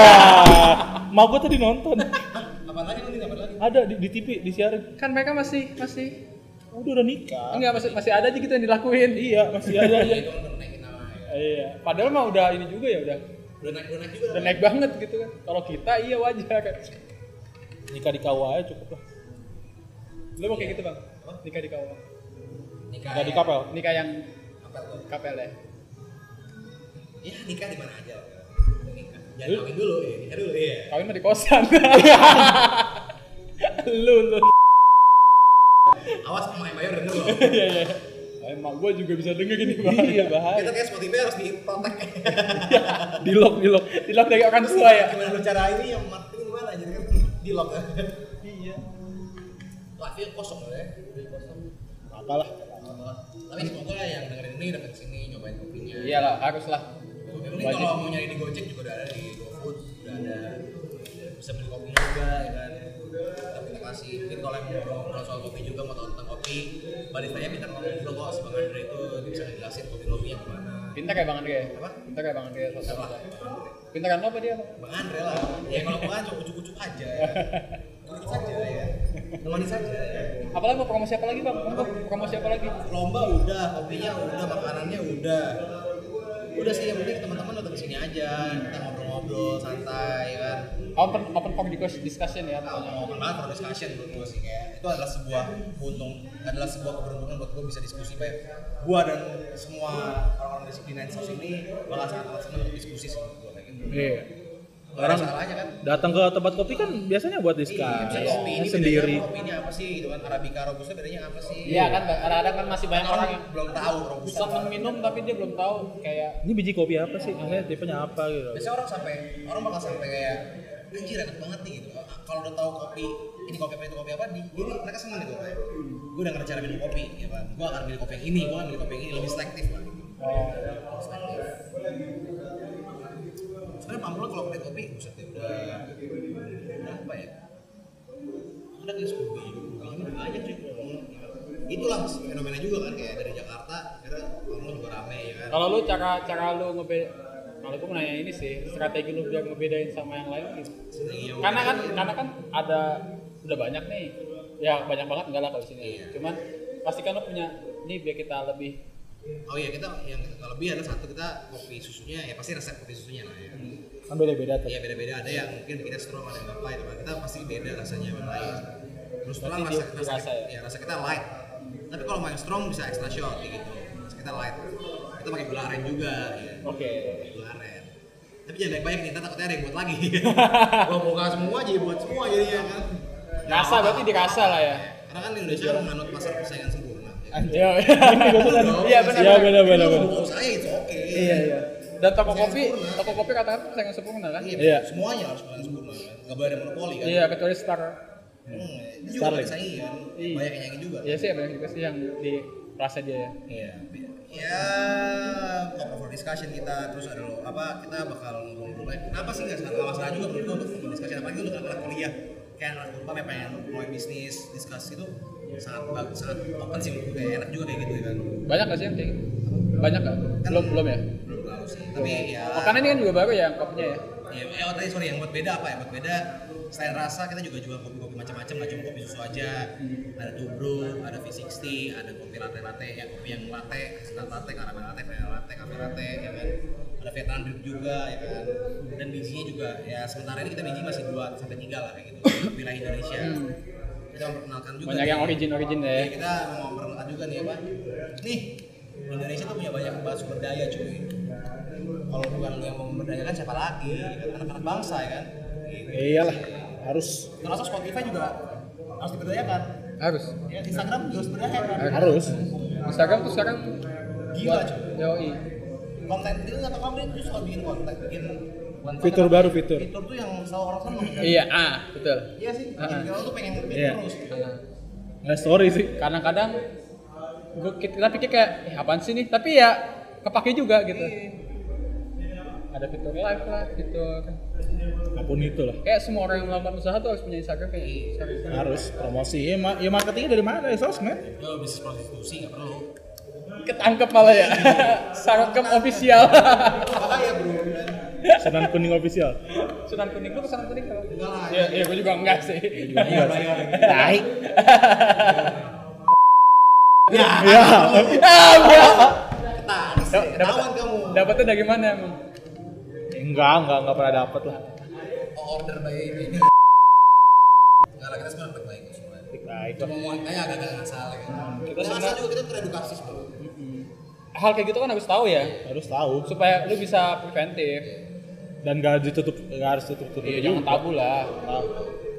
Mau gue tadi nonton. Hah, apa lagi lu nih apa lagi? Iya, Ada di, di TV disiarin. kan mereka masih masih Udah udah nikah. Ah. enggak masih masih ada aja gitu yang dilakuin Iya, masih ada. Ya itu kan udah naik nama ya. iya padahal mah udah ini juga ya udah Udah naik udah naik juga. udah naik banget gitu kan kalau kita iya wajar kan Nikah di KUA aja ya cukup lah. lu mau kayak gitu bang nikah di kawah Nikah. Nikah di ya. kapel. nikah yang Apa tuh? kapel ya ya nikah di mana aja lah. nikah jangan kawin dulu ya nikah dulu ya kawin mah di kosan (laughs) lu lu awas sama yang bayar denger loh (laughs) iya iya emak gua juga bisa denger gini bang Iya, bahaya. kita kayak Spotify harus diprotek Di lock, di lock. dilap dari orang tua ya gimana lu cara ini yang marketing gimana jadi kan di lock iya live kosong loh ya Live kosong Apalah. Apalah. tapi semoga yang dengerin ini dapat kesini nyobain kopinya iyalah harus lah Kopi mungkin kalau mau nyari di Gojek juga udah ada di GoFood udah ada bisa beli kopi juga ya kan tapi kita kasih mungkin kalau yang mau ngobrol soal kopi juga mau tahu tentang kopi baristanya pintar ngomong dulu kok si Bang Andre itu bisa ngejelasin kopi lobinya gimana pintar kayak bang Andre ya? Apa? pintar kayak bang Andre ya, sosial Siapa? pintar kan apa dia Bang? Bang Andre lah ya kalau gua kan cukup-cukup aja ya Kucuk saja ya temani saja ya apalagi mau promosi apa lagi bang Mau promosi apa lagi lomba udah kopinya udah makanannya udah udah sih yang penting teman-teman datang sini aja kita ngobrol-ngobrol santai ya kan open open for discussion ya Nah, pokoknya. mau ngomong banget kalau discussion menurut gue sih kayak itu adalah sebuah keuntung adalah sebuah keberuntungan buat gue bisa diskusi kayak gue dan semua orang-orang disiplin sos ini bakal sangat amat senang untuk diskusi sih menurut gue kayak gitu Iya. Gak ada salahnya kan Datang ke tempat kopi kan biasanya buat Iya, diskus misalnya kopi ini Kan. sendiri. bedanya, kopinya apa sih gitu kan Arabica Robusta bedanya apa sih iya kan Bang? kadang-kadang kan masih banyak orang orang yang belum tahu Robusta seneng minum tapi dia belum tahu kayak Ini biji kopi apa sih? Maksudnya tipenya apa gitu. biasanya orang sampai orang bakal sampai kayak anjir enak banget nih gitu kalau udah tahu kopi ini kopi apa itu kopi apa di ini mereka senang gitu kayak gue udah ngerti cara minum kopi ya kan gue akan milih kopi yang ini gue akan milih kopi yang ini lebih selektif lah gitu. selektif sebenarnya pamulan kalau kedai kopi buset ya udah udah apa ya ada kayak kopi kopinya banyak sih itulah fenomena juga kan kayak dari Jakarta akhirnya pamulan juga rame ya kan Kalau lu cara cara lu ngebe kalau gue mau nanya ini sih strategi lu biar ngebedain sama yang lain gitu. Sebenarnya iya, Karena kan karena kan ada udah banyak nih ya banyak banget enggak lah kalau di sini Iya. cuman pastikan lo punya ini biar kita lebih Oh iya kita yang kalau lebih ada satu kita kopi susunya ya pasti resep kopi susunya lah ya. Hmm. kan beda-beda tuh Iya beda-beda ada yang mungkin bikinnya strong ada yang nggak light, tapi kita pasti beda rasanya yang lain. Terus Berarti terang di- rasa kita dirasa ya? ya, rasa kita light. Tapi kalau main strong bisa extra shot kayak gitu. Rasa kita light. Kita pakai gula aren juga. Ya. oke Gula aren. Tapi jangan banyak-banyak nih, ntar takutnya ada yang buat (laughs) lagi. Kalau buka semua jadi buat semua jadinya kan. rasa berarti dirasa lah ya Karena kan Indonesia menganut pasar persaingan sempurna. ya kan? Iya, Iya, iya benar, benar. Iya, benar-benar. Kalau buka usaha ya itu oke. Iya, iya. Dan toko kopi, toko kopi katakan saya nggak sempurna kan? Iya, Iya. semuanya harus persaingan sempurna kan. Gak boleh ada monopoli kan. Iya, kecuali Star. Hmm, itu juga Starling. persaingan. Iya. Banyak yang nyangin juga. kan? Iya sih, banyak juga sih yang di rasa dia ya. Iya. Ya, open for discussion kita terus ada lo- apa kita bakal ngobrol banyak. Kenapa sih nggak salah masalah juga menurut gua untuk open for discussion apalagi untuk anak-anak kuliah kayak anak kuliah yang pengen mulai bisnis, discuss itu sangat bagus, sangat open sih menurut gua. kayak enak juga kayak gitu ya kan. Banyak nggak sih yang kayak gitu? Banyak nggak? Belum, belum ya? Belum tahu sih, tapi ya. Oh, karena ini kan juga baru ya kopinya ya? Ya, eh, oh, tadi sorry yang buat beda apa ya? Buat beda selain rasa kita juga jual kopi-kopi macam-macam nggak cuma kopi susu aja. Ada tubruk, ada V60, ada kopi latte latte ya kopi yang latte, hazelnut latte, karamel latte, vanilla latte, cafe latte ya kan. Ada Vietnam drip juga ya kan. Dan bijinya juga ya sementara ini kita biji masih 2 sampai 3 lah kayak gitu. Wilayah Indonesia. Kita memperkenalkan juga. Banyak nih. yang origin-origin ya. Ya, kita mau memperkenalkan juga nih apa? Nih, Indonesia tuh punya banyak banget sumber daya cuy. Kalau bukan lu yang mau memberdayakan siapa lagi? Ya kan? Anak-anak bangsa ya kan. Gitu. iyalah harus Termasuk Spotify juga harus diberdayakan. Harus. Ya, Instagram juga harus diberdayakan. harus Instagram tuh sekarang Gila buat cuy. yoi. Konten itu atau konten itu selalu bikin konten, bikin konten Fitur apa? baru, fitur. Fitur tuh yang selalu orang seneng. kan? Iya, ah, betul. Iya sih, Ah. orang tuh pengen ngerti Iya. terus. nggak story Eh, sih Kadang-kadang gua kita pikir kayak eh, apaan sih nih? Tapi ya kepake juga gitu. Ada fitur live lah, fitur apapun itu lah kayak semua orang yang melakukan usaha tuh harus punya Instagram kayak Instagram. harus promosi ya, ma- ya marketingnya dari mana ya sosmed Lo bisnis prostitusi nggak perlu. ketangkep malah ya (laughs) sarangkep official (laughs) Apa ya bro? Kan? senan kuning official sunan kuning lu kesunan kuning kalau Enggak lah. ya ya gue juga enggak sih Iya. (laughs) Bayar, bayar. baik ya Ketahuan sih, Dapat- ketahuan kamu. dapatnya dari mana emang enggak enggak enggak pernah dapet lah Oh, order by ini Enggak lah, kita sekarang baik-baik kok semuanya. baik Cuma mau kayak agak-agak ngasal kan. Nah, Kita ngasal sebenarnya- juga kita teredukasi sebenarnya. hal kayak gitu kan harus tahu ya harus tahu supaya lu bisa preventif dan gak ditutup nggak harus tutup tutup iya jangan tabu lah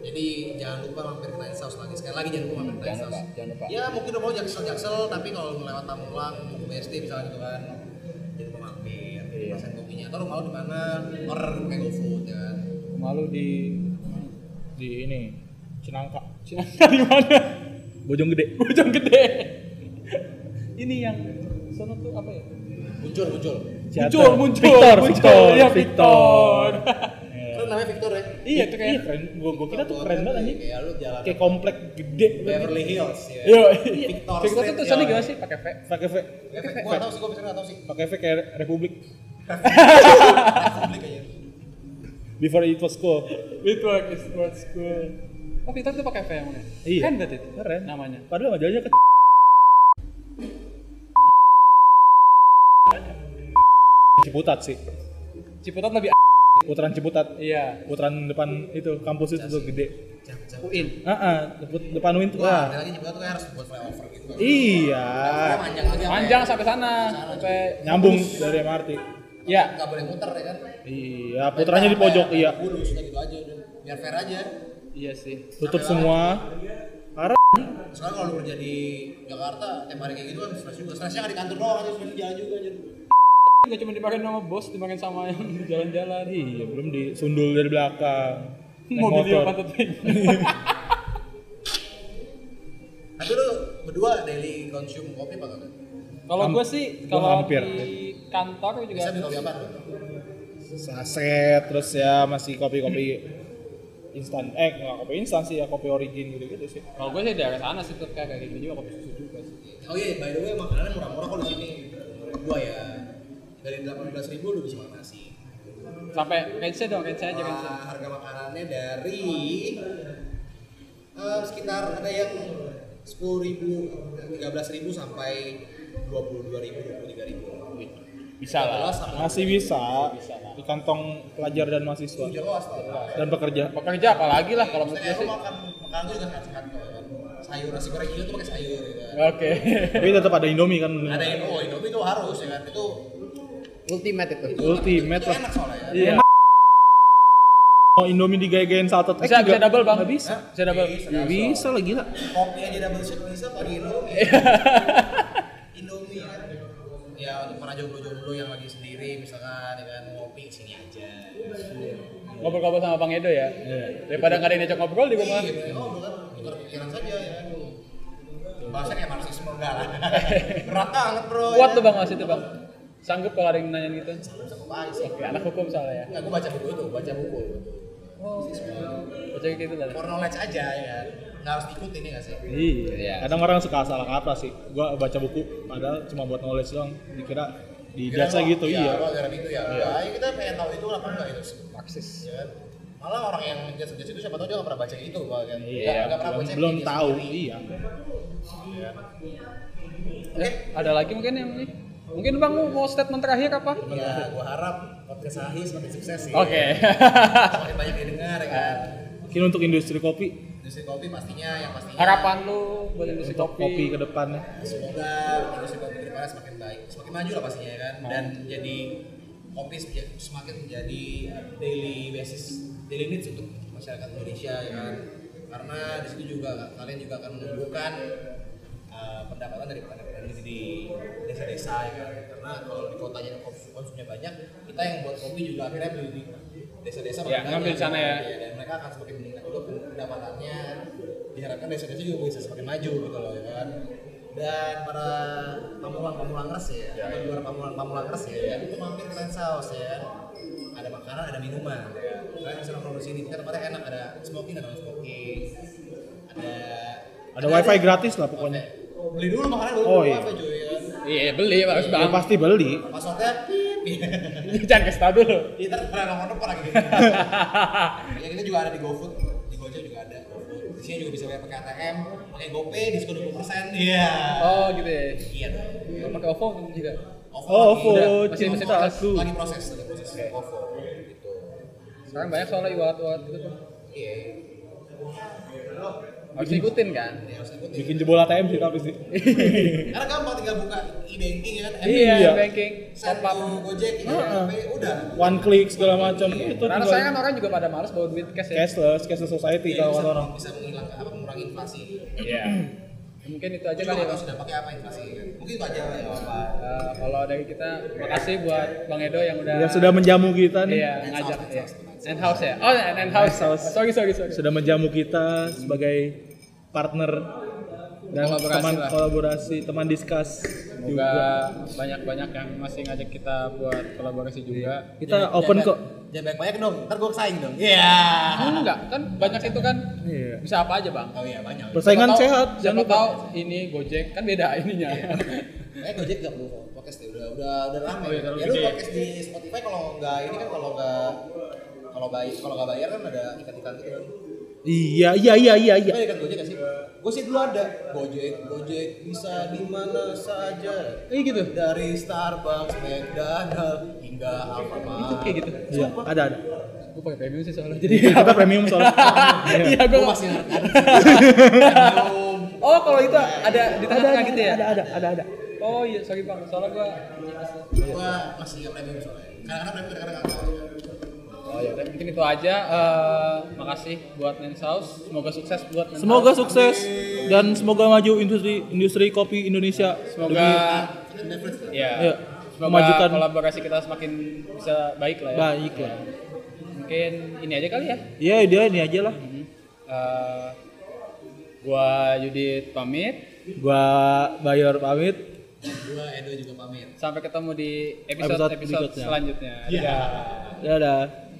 Jadi jangan lupa mampir ke Nine House lagi. Sekali lagi jangan lupa mampir ke Nine jangan lupa House. jangan lupa Ya mungkin udah mau jaksel-jaksel, tapi kalau lu lewat Tamulang, mau BSD misalnya gitu kan. Jadi mau mampir, Iya. pesen kopinya. Atau rumah lu di mana? Order pakai GoFood ya kan. malu di (laughs) di ini Cinangka Cina di mana Bojonggede bujang gede (laughs) ini yang sono tuh apa ya Muncul, muncul. muncul muncul Victor muncul. Victor Iya, Victor (laughs) Iya. Kan namanya Victor ya? iya itu kayak iya keren gua gua kira tuh keren banget anjing Kayak lu jalan kayak Iya. komplek gede Beverly Hills ya. yo Victor, Victor Street, Iya. gitu tuh tulisannya ya. gimana sih pakai V? pakai V Efek gua tau sih, gua misalnya nggak tau sih. pakai V kayak Republik Publik aja. before it was cool Network is not school. Oh, Victor tuh pakai V yang mana? Iya. Kan berarti itu Keren. namanya. padahal majalahnya kecil Ciputat sih Ciputat lebih a- putaran Ciputat Iya. putaran depan itu kampus itu tuh gede Jam, jam. UIN. ah ah, dep- depan Win tuh Wah, ah. ada lagi juga tuh kayak harus buat flyover gitu. iya Karena Panjang lagi. apa Panjang ya? sampai sana, sampai nyambung dari MRT ya. Nggak boleh muter ya kan. iya putarannya di pojok iya Bulu sudah gitu aja udah. Biar fair aja. Iya sih. tutup semua parah Soalnya kalau lu kerja di Jakarta, tiap hari kayak gitu kan stres juga. Stresnya nggak di kantor doang aja, stres di jalan juga aja. Gak cuma dimarahin sama bos, dimarahin sama yang di jalan-jalan. iya belum disundul dari belakang naik Mobil dia motor pantat tinggi. Tapi lu berdua daily consume kopi apa enggak? Kalau Ham- gue sih, gua kalau hampir. di kantor Bisa juga beli kopi apa? saset terus ya masih kopi-kopi instan eh nggak kopi instan sih ya kopi origin gitu gitu sih kalau gue sih daerah sana sih tuh kayak kayak gitu juga kopi susu juga sih. Oh iya, by the way makanan murah-murah kok di sini. Menurut Gua ya dari 18.000 lu bisa makan nasi. Sampai range dong, range aja range. Wah, harga makanannya dari eh, sekitar ada yang 10.000 ribu, 13 ribu sampai 22 ribu, 23 ribu. Bisa lah. Masih bisa di kantong pelajar dan mahasiswa Jelas lah. dan pekerja. Pekerja apalagi lah Nah, kalau menurut gue Saya aku sih. makan makanan tuh dengan sehat kan. Sayur nasi goreng itu tuh pakai sayur gitu. kan. Oke. Eh, Tapi tetap ada Indomie kan. Nah. Ada yang oh Indomie itu harus ya kan itu Ultimate itu. Ultimate itu lah. enak soalnya. ya. Iya. Mau Indomie digaya-gayain salted egg Bisa bisa juga. double bang. Nggak bisa. Bisa double. Bisa lah gila. Eh, Kopi aja double shot bisa kalau di Indomie. Indomie kan. Ya untuk para jomblo-jomblo yang lagi sendiri misalkan ya dengan ngopi sini aja. Ngobrol-ngobrol sama Bang Edo ya. Daripada nggak ada yang diajak ngobrol di rumah. Iya, oh bukan tukar pikiran saja ya. Bahasa kayak marxisme enggak lah. Berat banget bro. Kuat ya. tuh bang mas itu bang. Sanggup kalau ada yang nanya gitu. Cukup aja sih. Oke, anak hukum soalnya ya. Enggak, gue baca buku itu, baca buku. Oh. Baca gitu lah. For knowledge aja ya kan. Nggak harus diikutin ya nggak sih? Iya. Iya. Kadang orang suka salah kata sih. Gua baca buku padahal cuma buat knowledge doang. Dikira di judge-nya Kira-kira, gitu iya. kalau gara itu ya. Iya. kita pengen tahu itu apa enggak itu sih. Praksis. Ya kan? Malah orang yang judge-judge itu siapa tahu dia nggak pernah baca itu bahkan. Nggak- Iya, nggak pernah Belum, baca belum dirinya tahu. sendiri. Iya. Eh, ada lagi mungkin yang ini? Mungkin bang mau mau statement terakhir apa? Ya, gue harap podcast Sahi semakin sukses sih. Oke. Semakin banyak didengar ya kan. Mungkin untuk industri kopi, Industri kopi pastinya yang pastinya Harapan lu buat industri untuk kopi kopi. ke depannya. semoga industri kopi ke depannya semakin baik, semakin maju lah pastinya ya kan, dan Oh. jadi kopi semenja- semakin menjadi daily basis, daily needs untuk masyarakat Indonesia ya kan, karena di situ juga kalian juga akan menumbuhkan uh, pendapatan dari pendapatan di, di desa-desa ya kan, karena kalau di kotanya kons- konsumnya banyak, kita yang buat kopi juga akhirnya beli di desa-desa Ya, makin ngambil banyak, sana ya. Iya, dan mereka akan semakin meningkat dulu pendapatannya diharapkan desa-desa juga bisa semakin maju gitu loh ya kan dan para pamulang-pamulang res ya atau di luar pamulang-pamulang res ya, ya itu mampir ke Lens House ya kan. ada makanan ada minuman ya kan. kalian bisa nongkrong di sini kita tempatnya enak ada smoking ada non smoking ada ya? Ada wifi gratis lah pokoknya. beli dulu makanan dulu Oh, beli iya. apa cuy ya kan. Iya beli harus Ya bang. (laughs) pasti beli. passwordnya pip (laughs) Jangan kasih tau dulu. Kita pernah nomor nomor lagi. (laughs) ya kita juga ada di GoFood, di Gojek juga ada. Di sini juga bisa bayar pakai ATM, pakai GoPay diskon 20%. Iya. Oh gitu ya. Iya. dong. Lu Pakai OVO juga. OVO Oh, lagi- Ovo, udah, masih- masih cinta proses. aku. lagi proses, lagi proses OVO gitu. Sekarang banyak soalnya iwat-iwat gitu tuh. Iya. Harus ikutin kan. Ya, harus ikutin. Bikin jebol ATM sih tapi sih. Karena gampang tinggal buka e-banking ya kan. Iya, Iya. banking. Send to Gojek, ya, GoPay, udah. One click segala macam itu Karena saya kan tinggal orang juga pada males bawa duit cash ya. cashless, cashless society Iya, kalau bisa, kata orang. bisa menghilangkan apa mengurangi inflasi. Iya. Mungkin itu aja Kita kali ya. nggak tahu Bang. sih dampaknya apa inflasi. ya kan. Mungkin itu aja lah ya apa. Eh, kalau dari kita, makasih buat Bang Edo yang udah Yang sudah menjamu kita nih. iya, ngajak ya. End house ya. Oh, end, end house. End house. Sorry, sorry, sorry. Sudah menjamu kita sebagai partner dan Kolaborasi teman lah. kolaborasi, teman diskus Semoga juga. banyak-banyak yang masih ngajak kita buat kolaborasi juga. Kita open kok. Jangan banyak-banyak dong, ntar gue saing dong. Iya. Enggak, kan banyak itu kan Iya. bisa apa aja, Bang. Oh iya banyak. Persaingan Siapa tahu- sehat, jangan Siapa lupa. Iya. tahu ini Gojek kan beda ininya. (laughs) Eh Gojek nggak perlu podcast deh, udah udah udah rame. Oh, iya, terlalu ya lu gede. podcast di Spotify kalau nggak ini kan kalau nggak kalau bayar kalau nggak bayar kan ada ikan-ikan gitu kan. Iya, iya, iya, iya, iya. Ada ikan Gojek nggak sih? Gue sih dulu ada. Gojek, Gojek bisa di mana saja. Iya gitu. Dari Starbucks, McDonald hingga Alfamart. Itu kayak gitu. Iya, ada ada. Gue pakai premium sih soalnya. Jadi Iya, kita premium soalnya. Iya. (laughs) Iya, Gue gue masih kan? ngerti. Oh, kalau itu ada di Ada, tengah-tengah ada, gitu ya? ada, ada, ada, ada. Oh iya, sorry Bang. Soalnya gua Gue masih nggak premium soalnya. Kadang-kadang premium, kadang-kadang nggak. Oh ya, mungkin itu aja. Eh, makasih buat Nens House. Semoga sukses buat Nens Semoga House. sukses dan semoga maju industri industri kopi Indonesia. semoga ya, Iya. semoga Memajukan. kolaborasi kita semakin bisa baik lah ya. Baik lah. Mungkin ini aja kali ya. Iya, dia ini aja lah. Eh, gua Yudit pamit. Gua Bayor pamit. Gue Edo juga pamit. Sampai ketemu di episode-episode Episode berikutnya. Iya. selanjutnya. Dadah. Dadah.